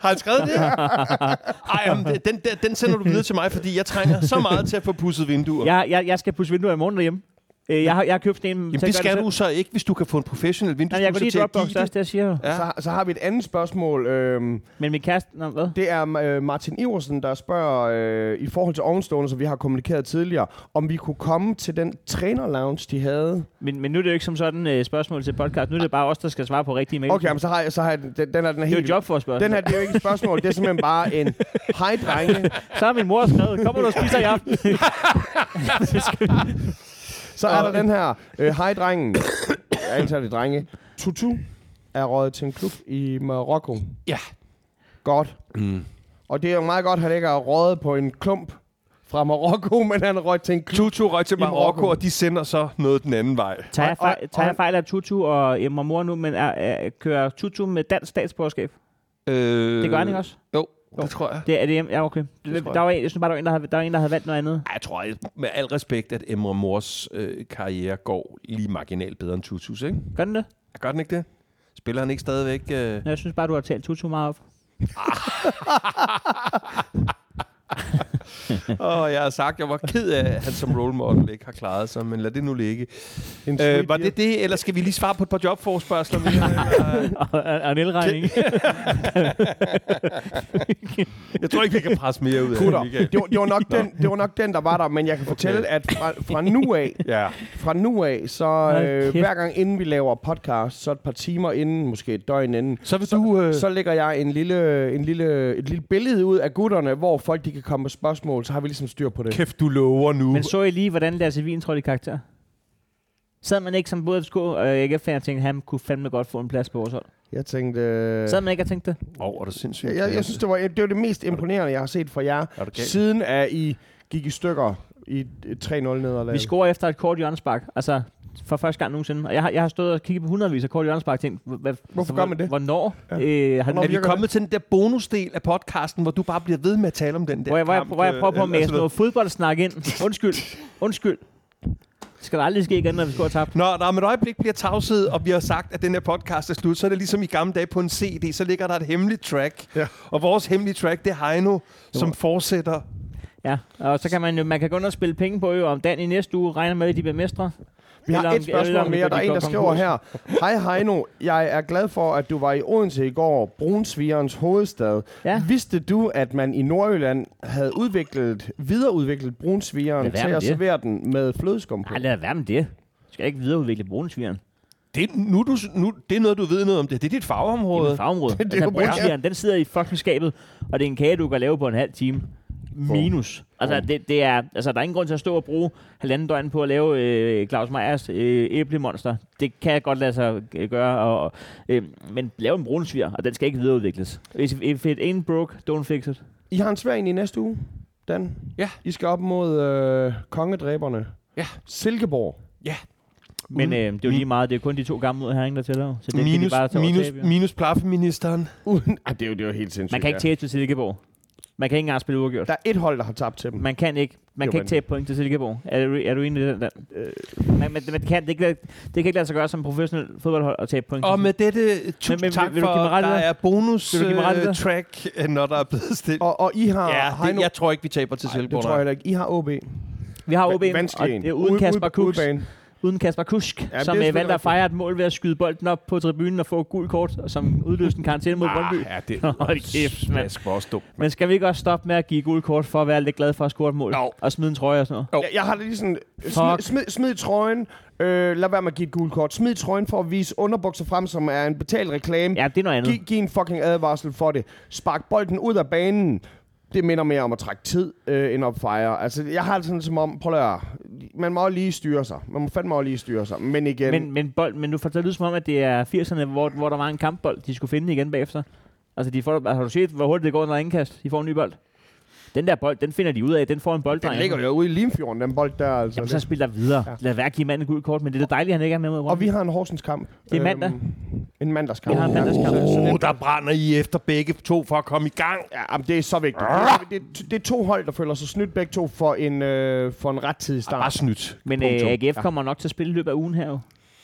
[SPEAKER 4] Har han skrevet det? Ej, om det, den, den, den sender du videre til mig, fordi jeg trænger så meget til at få pudset vinduer.
[SPEAKER 5] jeg, jeg, jeg skal pudse vinduer i morgen derhjemme. Øh, Jeg har, jeg har købt sådan en...
[SPEAKER 4] Jamen,
[SPEAKER 5] til at
[SPEAKER 4] det
[SPEAKER 5] gøre
[SPEAKER 4] skal
[SPEAKER 5] selv.
[SPEAKER 4] du så ikke, hvis du kan få en professionel
[SPEAKER 5] Jamen, jeg går
[SPEAKER 4] vinduespudser
[SPEAKER 5] lige i
[SPEAKER 4] til at
[SPEAKER 5] Dropbox,
[SPEAKER 4] give
[SPEAKER 5] det er også
[SPEAKER 4] det.
[SPEAKER 5] det, jeg siger.
[SPEAKER 4] Ja.
[SPEAKER 2] Så, så har vi et andet spørgsmål. Øhm,
[SPEAKER 5] Men min kæreste... Nå, hvad?
[SPEAKER 2] Det er øh, Martin Iversen, der spørger øh, i forhold til ovenstående, som vi har kommunikeret tidligere, om vi kunne komme til den træner-lounge, de havde.
[SPEAKER 5] Men, men nu er det jo ikke som sådan et spørgsmål til podcast. Nu er det bare os, der skal svare på rigtige mail.
[SPEAKER 2] Okay, men så har jeg, så har jeg den, den, den er den
[SPEAKER 5] det er jo
[SPEAKER 2] er helt...
[SPEAKER 5] et job for at spørge.
[SPEAKER 2] Den her, det er jo ikke et spørgsmål. Det er simpelthen bare en, hej drenge.
[SPEAKER 5] Så har min mor skrevet, kommer du og spiser i aften?
[SPEAKER 2] Så er der den her, øh, hej drengen. Jeg antager det er drenge. Tutu er røget til en klub i Marokko.
[SPEAKER 4] Ja.
[SPEAKER 2] Godt. Mm. Og det er jo meget godt, at han ikke er røget på en klump fra Marokko, men han er røget til en klub.
[SPEAKER 4] Tutu røg til
[SPEAKER 2] I Marokko.
[SPEAKER 4] Marokko, og de sender så noget den anden vej.
[SPEAKER 5] Tager jeg,
[SPEAKER 2] Og- og-
[SPEAKER 5] øh, fejl, tager jeg fejl af Tutu og Emma Mor nu, men er, er, kører Tutu med dansk statsborgerskab?
[SPEAKER 4] Øh,
[SPEAKER 5] Det gør han ikke også?
[SPEAKER 4] Jo, jo. det tror jeg.
[SPEAKER 5] Det er det, ja, okay. Det,
[SPEAKER 4] tror jeg.
[SPEAKER 5] der var en, jeg synes bare, der var en, der havde, der var en, der havde valgt noget andet.
[SPEAKER 4] Ej, Jeg tror jeg, med al respekt, at Emre Mors øh, karriere går lige marginalt bedre end Tutus, ikke?
[SPEAKER 5] Gør den det?
[SPEAKER 4] Gør den ikke det? Spiller han ikke stadigvæk? Øh...
[SPEAKER 5] Nå, jeg synes bare, du har talt Tutu meget op.
[SPEAKER 4] Åh, jeg har sagt, jeg var ked af, at han som role model ikke har klaret sig, men lad det nu ligge.
[SPEAKER 2] En sweet
[SPEAKER 4] Øh, var
[SPEAKER 2] deal.
[SPEAKER 4] det det, eller skal vi lige svare på et par jobforspørgseler? mere, eller?
[SPEAKER 5] og, og, og en elregning.
[SPEAKER 4] jeg tror ikke, vi kan presse mere ud af
[SPEAKER 2] Gutter,
[SPEAKER 4] det, Michael.
[SPEAKER 2] det, var, det, var nok den, det var nok den, der var der, men jeg kan fortælle, okay. at fra, fra, nu af,
[SPEAKER 4] Ja.
[SPEAKER 2] fra nu af, så
[SPEAKER 5] Hold
[SPEAKER 2] øh,
[SPEAKER 5] kæft.
[SPEAKER 2] hver gang inden vi laver podcast, så et par timer inden, måske et døgn inden,
[SPEAKER 4] Så vil du... Øh...
[SPEAKER 2] så lægger jeg en lille, en lille, et lille billede ud af gutterne, hvor folk de kan komme med spørgsmål, så har vi ligesom styr på det.
[SPEAKER 4] Øh, Kæft, du lover nu.
[SPEAKER 5] Men så I lige, hvordan Lasse Wien trådte i karakter? Sad man ikke som både FCK og ikke fan og tænkte, at han kunne fandme godt få en plads på vores hold?
[SPEAKER 2] Jeg tænkte... Øh,
[SPEAKER 5] Sad man ikke og tænkte det?
[SPEAKER 4] Åh, oh, er du sindssygt?
[SPEAKER 2] jeg, jeg, jeg synes, det var, det var det mest imponerende, jeg har set fra jer,
[SPEAKER 4] Er du gal?
[SPEAKER 2] siden at I gik i stykker i et 3-0 nederlag.
[SPEAKER 5] Vi scorer efter et kort hjørnespark. Altså, for første gang nogensinde. Og jeg har, jeg har stået og kigget på hundredvis af kort hjørnespark og tænkt, hvad,
[SPEAKER 2] Hvorfor gør man det?
[SPEAKER 5] Hvornår? Ja. Øh, har
[SPEAKER 2] Hvornår
[SPEAKER 4] Er
[SPEAKER 5] hvornår
[SPEAKER 4] vi
[SPEAKER 2] virker
[SPEAKER 4] kommet til den der bonusdel af podcasten, hvor du bare bliver ved med at tale om den der
[SPEAKER 5] hvor, jeg, hvor, jeg,
[SPEAKER 4] kamp,
[SPEAKER 5] hvor jeg prøver på at
[SPEAKER 4] øh,
[SPEAKER 5] mase
[SPEAKER 4] altså,
[SPEAKER 5] noget fodboldsnak ind. Undskyld. Undskyld. Det skal der aldrig ske igen, når vi scorer tabt.
[SPEAKER 4] Når der om et øjeblik bliver tavshed, og vi har sagt, at den her podcast er slut, så er det ligesom i gamle dage på en CD, så ligger der et hemmeligt track.
[SPEAKER 2] Ja.
[SPEAKER 4] Og vores hemmelige track, det er Heino, som fortsætter.
[SPEAKER 5] Ja, og så kan man jo man kan gå ind og spille penge på ø, om Dan i næste uge regner med, at de bliver mestre.
[SPEAKER 2] Vi har
[SPEAKER 5] Eller om-
[SPEAKER 2] et spørgsmål
[SPEAKER 5] eller om vi
[SPEAKER 2] mere.
[SPEAKER 5] går-
[SPEAKER 2] Der er
[SPEAKER 5] de
[SPEAKER 2] en,
[SPEAKER 5] går
[SPEAKER 2] der skriver
[SPEAKER 5] konkurs.
[SPEAKER 2] her. Hej Heino, jeg er glad for, at du var i Odense i går, Brunsvigerens hovedstad.
[SPEAKER 5] Ja.
[SPEAKER 2] Vidste du, at man i Nordjylland havde udviklet, videreudviklet Brunsvigeren
[SPEAKER 5] Lad være
[SPEAKER 2] til
[SPEAKER 5] med
[SPEAKER 2] at
[SPEAKER 5] det.
[SPEAKER 2] servere den med flødeskum på?
[SPEAKER 5] Nej, lad være med det. Du skal ikke videreudvikle brunsvigeren.
[SPEAKER 4] Det, er nu, du, nu, det er noget, du ved noget om det. Det er dit
[SPEAKER 5] Det er
[SPEAKER 4] fagområde.
[SPEAKER 5] mit fagområde. det,
[SPEAKER 2] er
[SPEAKER 5] det altså,
[SPEAKER 2] jo bare-
[SPEAKER 5] brunsvigeren, den sidder i fucking skabet, og det er en kage, du kan lave på en halv time. Minus. Altså, det, det er, altså, der er ingen grund til at stå og bruge halvanden døgn på at lave øh, Claus Meyers øh, æblemonster. Det kan jeg godt lade sig øh, gøre. Og, og, øh, men lave en brunsviger, og den skal ikke videreudvikles. If, if it ain't broke, don't fix it.
[SPEAKER 2] I har en svær en i næste uge, Dan.
[SPEAKER 4] Ja.
[SPEAKER 2] I skal op mod øh, kongedræberne.
[SPEAKER 4] Ja.
[SPEAKER 2] Silkeborg.
[SPEAKER 5] Men øh, det er jo lige meget. Det er kun de to gamle mod herring, der tæller. jo. Så det kan de
[SPEAKER 4] Mm. Minus,
[SPEAKER 5] bare tage over
[SPEAKER 4] minus,
[SPEAKER 5] tab, jo.
[SPEAKER 4] minus plaffeministeren.
[SPEAKER 2] Uden, ah, det, er jo, det er jo helt sindssygt.
[SPEAKER 5] Man kan ikke
[SPEAKER 2] ja.
[SPEAKER 5] tabe til Silkeborg. Man kan ikke engang spille uafgjort.
[SPEAKER 2] Der er et hold, der har tabt til dem.
[SPEAKER 5] Man kan ikke, man
[SPEAKER 2] Mm. Jo,
[SPEAKER 5] kan ikke
[SPEAKER 2] men-
[SPEAKER 5] tabe point til Silkeborg. Er du, er du enig i den? der? Øh, Men, men, men det, kan, det, kan, ikke- det kan ikke lade sig gøre som professionel fodboldhold at tabe point.
[SPEAKER 4] Og
[SPEAKER 5] til
[SPEAKER 4] med dette, tusind
[SPEAKER 5] men vil-
[SPEAKER 4] tak
[SPEAKER 5] vil du
[SPEAKER 4] for,
[SPEAKER 5] give mig ret i
[SPEAKER 4] der
[SPEAKER 5] det?
[SPEAKER 4] er bonus
[SPEAKER 5] Vil du give mig ret i
[SPEAKER 4] øh,
[SPEAKER 5] det? Ah,
[SPEAKER 4] track, øh, når der er blevet stillet.
[SPEAKER 2] Og, og I har...
[SPEAKER 4] Ja, det,
[SPEAKER 2] Heino,
[SPEAKER 4] jeg tror ikke, vi taber til
[SPEAKER 2] Ej, det
[SPEAKER 4] Silkeborg.
[SPEAKER 2] tror jeg heller ikke. I har OB.
[SPEAKER 5] Silkeborg. Vi har OB, og
[SPEAKER 2] Vanskelig en.
[SPEAKER 5] det er uden
[SPEAKER 2] Ude-
[SPEAKER 5] Kasper
[SPEAKER 2] ude-
[SPEAKER 5] Kusk,
[SPEAKER 2] udebane.
[SPEAKER 5] uden Kasper Kusk
[SPEAKER 2] det er
[SPEAKER 5] som øh, valgte
[SPEAKER 2] selvfølgelig
[SPEAKER 5] at fejre et mål ved at skyde bolden op på tribunen og få et gult kort, og som udløste en karantæne mod Brøndby.
[SPEAKER 4] Ah,
[SPEAKER 2] Ah,
[SPEAKER 4] ja, det
[SPEAKER 5] Hold kæft, mand.
[SPEAKER 4] Smask var også dumt.
[SPEAKER 5] Men skal vi ikke også stoppe med at give gult kort for at være lidt glad for at score et mål?
[SPEAKER 4] Jo.
[SPEAKER 5] Og smide en trøje og sådan noget?
[SPEAKER 4] Jo.
[SPEAKER 2] Jeg, jeg har det lige sådan, smid,
[SPEAKER 5] Fuck.
[SPEAKER 2] smid, smid trøjen, øh, lad være med at give et gult kort. Smid trøjen for at vise underbukser frem, som er en betalt reklame.
[SPEAKER 5] Ja, det er noget andet.
[SPEAKER 2] Giv, giv en fucking advarsel for det. Spark bolden ud af banen. Det minder mere om at trække tid, øh, end at fejre. Altså, jeg har det sådan som om, prøv at høre, man må lige styre sig. Man må fandme også lige styre sig. Men igen,
[SPEAKER 5] Men, men, bold, men nu får det til at lyde som om, at det er 80'erne, hvor, hvor der var en kampbold, de skulle finde igen bagefter. Altså, de får, altså, har du set, hvor hurtigt det går, når der er indkast? De får en ny bold. Den der bold, den finder de ud af. Den får en bold.
[SPEAKER 2] den
[SPEAKER 5] drenge.
[SPEAKER 2] ligger jo ude i Limfjorden, den bold der. Altså.
[SPEAKER 5] Jamen, så
[SPEAKER 2] Det-
[SPEAKER 5] spiller videre. Ja. Lad være at give manden et gult kort, men det er da dejligt, at han ikke er med mod
[SPEAKER 2] og
[SPEAKER 5] Brøndby.
[SPEAKER 2] vi har en Horsens kamp. Øhm,
[SPEAKER 5] Det er mandag.
[SPEAKER 2] en mandagskamp.
[SPEAKER 5] Vi har en mandagskamp.
[SPEAKER 2] Ja, så- så det-
[SPEAKER 4] Åh, oh, der brænder I efter begge to for at komme i gang.
[SPEAKER 2] Ja, jamen, det er så vigtigt. Det, det, det er to hold, der føler sig snydt begge to for en, øh, for en ret tidig start.
[SPEAKER 4] Ah, Bare snydt.
[SPEAKER 5] Men
[SPEAKER 2] Punktum.
[SPEAKER 5] øh, AGF kommer nok til at spille i løbet af ugen her jo.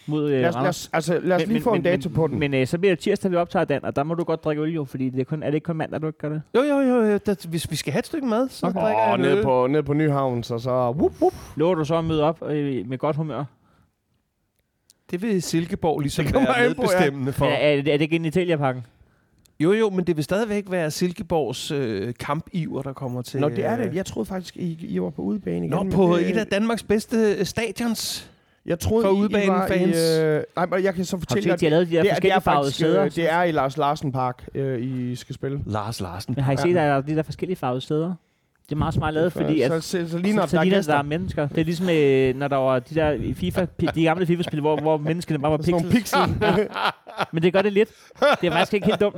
[SPEAKER 5] Mod, øh,
[SPEAKER 2] Lad os, lad
[SPEAKER 5] Randers.
[SPEAKER 2] os, altså, lad os lige få en dato
[SPEAKER 5] men,
[SPEAKER 2] på den.
[SPEAKER 5] Men øh, så bliver det tirsdag, vi optager den, og der må du godt drikke øl jo, fordi det er, kun, er det ikke kun mandag, du ikke gør det?
[SPEAKER 4] Jo, jo, jo. jo. Der, hvis vi skal have et stykke mad, så okay. drikker jeg
[SPEAKER 2] og
[SPEAKER 4] en
[SPEAKER 2] ned
[SPEAKER 4] øl.
[SPEAKER 2] på, ned på Nyhavn, så så... Whoop, whoop.
[SPEAKER 5] Lover du så at møde op øh, med godt humør?
[SPEAKER 4] Det vil Silkeborg ligesom
[SPEAKER 2] Det kommer
[SPEAKER 4] være
[SPEAKER 2] an på, ja.
[SPEAKER 4] medbestemmende for.
[SPEAKER 5] Er, er, det, er det ikke en Italia-pakken?
[SPEAKER 4] Jo, jo, men det vil stadigvæk være Silkeborgs øh, kampiver, der kommer til...
[SPEAKER 2] Nå, det er det.
[SPEAKER 4] Ja.
[SPEAKER 2] Jeg troede faktisk, I, I var på udebane igen.
[SPEAKER 4] Nå,
[SPEAKER 2] men
[SPEAKER 4] på
[SPEAKER 2] det,
[SPEAKER 4] et af Danmarks bedste øh, stadions.
[SPEAKER 2] Jeg troede,
[SPEAKER 4] for
[SPEAKER 2] I- I
[SPEAKER 4] udebanefans.
[SPEAKER 2] var i, øh, nej, men jeg kan så
[SPEAKER 5] Har du
[SPEAKER 2] fortælle
[SPEAKER 5] set, de har lavet de der
[SPEAKER 2] det, er, det, er
[SPEAKER 5] forskellige farvede
[SPEAKER 2] faktisk, øh,
[SPEAKER 5] sæder?
[SPEAKER 2] det er i Lars Larsen Park, øh, I skal spille.
[SPEAKER 4] Lars Larsen.
[SPEAKER 5] Men har I set, at der er de der forskellige farvede sæder? Det er meget smart lavet, fordi at
[SPEAKER 2] så, så, så ligner
[SPEAKER 5] så,
[SPEAKER 2] der,
[SPEAKER 5] så
[SPEAKER 2] er
[SPEAKER 5] ligner det,
[SPEAKER 2] gæster.
[SPEAKER 5] der er mennesker. Det er ligesom, øh, når der var de der FIFA, pi- de gamle FIFA-spil, hvor, hvor menneskene bare var
[SPEAKER 2] Sådan nogle
[SPEAKER 5] pixels.
[SPEAKER 2] pixel.
[SPEAKER 5] Men det gør det lidt. Det er faktisk ikke helt dumt.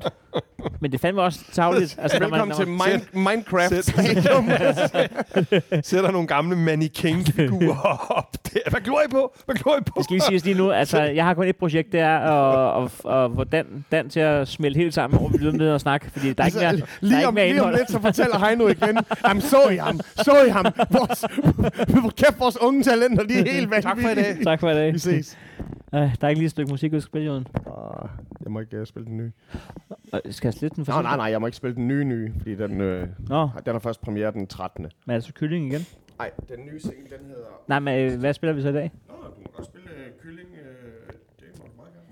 [SPEAKER 5] Men det fandt mig også tavligt. Altså, når
[SPEAKER 2] Velkommen til
[SPEAKER 5] når
[SPEAKER 2] Min- Minecraft.
[SPEAKER 4] Sætter nogle gamle mannequin-figurer op der. Hvad glor I på? Hvad glor I på?
[SPEAKER 5] Det skal lige siges lige nu. Altså, jeg har kun et projekt, det er at, at, at, at få Dan, Dan til at smelte helt sammen over lyden ned og snakke, fordi der er ikke mere, der er
[SPEAKER 2] Altså, lige,
[SPEAKER 5] ikke
[SPEAKER 2] om,
[SPEAKER 5] mere
[SPEAKER 2] lige om
[SPEAKER 5] indhold.
[SPEAKER 2] lidt, så fortæller Heino igen. Jamen, så I ham. Så I ham. Vores, hvor kæft, vores unge talenter, de er helt vanvittige.
[SPEAKER 4] Tak for i dag.
[SPEAKER 5] Tak for i dag.
[SPEAKER 2] Vi ses.
[SPEAKER 5] Øh, der er ikke lige et stykke musik, vi skal spille, Jon.
[SPEAKER 2] Ah, jeg må ikke uh, spille den nye.
[SPEAKER 5] Øh, Skal jeg slippe den for
[SPEAKER 2] Nå, nej, nej, jeg må ikke spille den nye nye, fordi den, øh,
[SPEAKER 5] Nå,
[SPEAKER 2] den er først premiere den 13.
[SPEAKER 5] men er det så kylling igen?
[SPEAKER 2] Nej, den nye single, den hedder...
[SPEAKER 5] Nej, men øh, hvad spiller vi så i dag?
[SPEAKER 2] Nå, du må godt spille øh, Kylling. Øh, det må du meget gerne.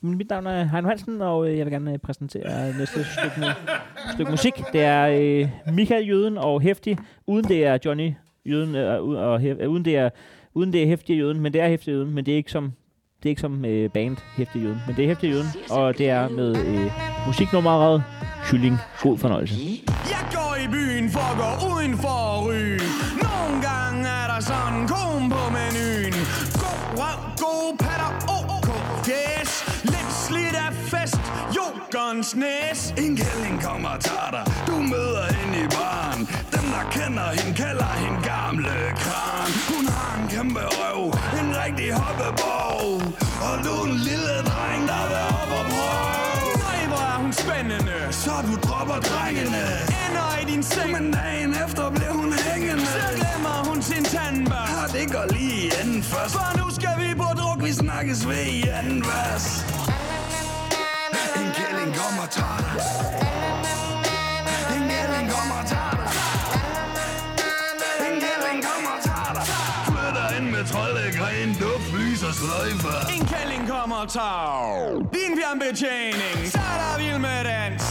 [SPEAKER 5] Men Mit navn er Heino Hansen, og øh, jeg vil gerne øh, præsentere næste stykke, mu- stykke musik. Det er øh, Michael Jøden og Hæftig, uden det er Johnny Jøden, øh, og, og, Hæf- øh, uden det er, uden det er Hæftig Jøden, men det er Hæftig Jøden, men det er ikke som, det er ikke som øh, band Hæftig Jøden, men det er Hæftig Jøden, og det er med øh, musiknummeret Kylling. God fornøjelse.
[SPEAKER 3] Jeg går i byen for at gå udenfor og ryge Nogle gange er der sådan en kone på menuen God røv, gode patter, ok, yes Lidt slidt af fest, jokerens næs En kælling kommer og tager dig, du møder hende i baren Dem der kender hende, kalder hende gamle kran Hun har en kæmpe røv, en rigtig hoppeborg Og du er en lille dreng, der vil op og prøve Nej, hvor er hun spændende Så du dropper drengene Ender i din seng Men dagen efter blev hun hængende Så glemmer hun sin tandbørst Og det går lige i anden først For nu skal vi på druk Vi snakkes ved i anden vers En kælling kommer og tager dig En kælling kommer og tager dig en kælling kommer og tager dig Flytter ind med troldegren, duft, lys og sløjfer En kælling kommer og tager Din fjernbetjening Så er der vild med dans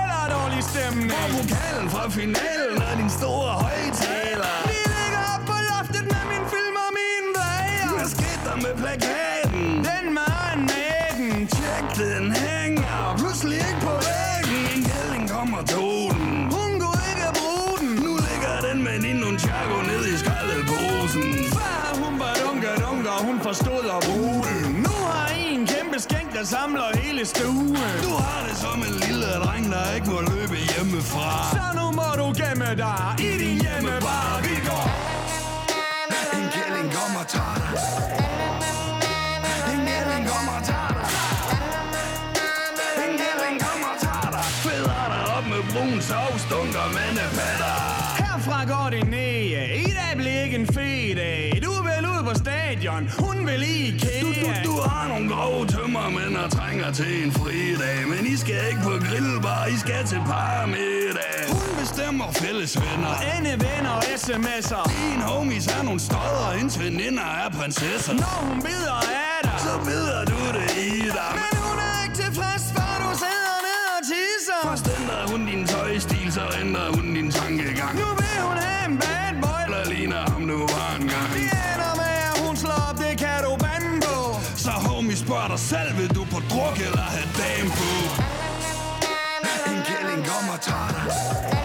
[SPEAKER 3] Eller dårlig stemning Og vokalen fra finalen og din store højtaler Vi ligger op på loftet med min film og mine drejer Hvad skete der med plakaten? Den mand natten Tjek den hænger Pludselig ikke på væggen En kælling kommer og tog den Hun kunne ikke bruge den Nu ligger den med din nunchaku ned i skraldeposen Før hun var dunker dunker, hun forstod at bruge det Nu har I en kæmpe skænk, der samler hele stuen Du har det som en lille dreng, der ikke må løbe hjemmefra Så nu må du gemme dig i din hjemmebar Vi går En kælling kommer og tager dig En kælling kommer og tager dig en kælling kommer og tager dig Fædrer dig op med brun sovs, dunker mandepatter Herfra går det ned I dag bliver ikke en fed dag Du vil ud på stadion, hun vil i IKEA Du, du, du har nogle grove tømmermænd og trænger til en fridag Men I skal ikke på grillbar, I skal til paramiddag Hun bestemmer fælles venner Ende venner E og sms'er Din homies er nogle stodder, hendes veninder er prinsesser Når hun bider af dig, så bider du det i dig Men hun er ikke tilfreds, før du sidder ned og tisser Først ændrer hun din tøjstil, så ændrer hun din tankegang Nu vil hun have en bad boy, der ligner ham du var engang Vi ender med, at hun slår op, det kan du bande på Så homie spørger dig selv, vil du på druk eller have dame på En kælling kommer og tager dig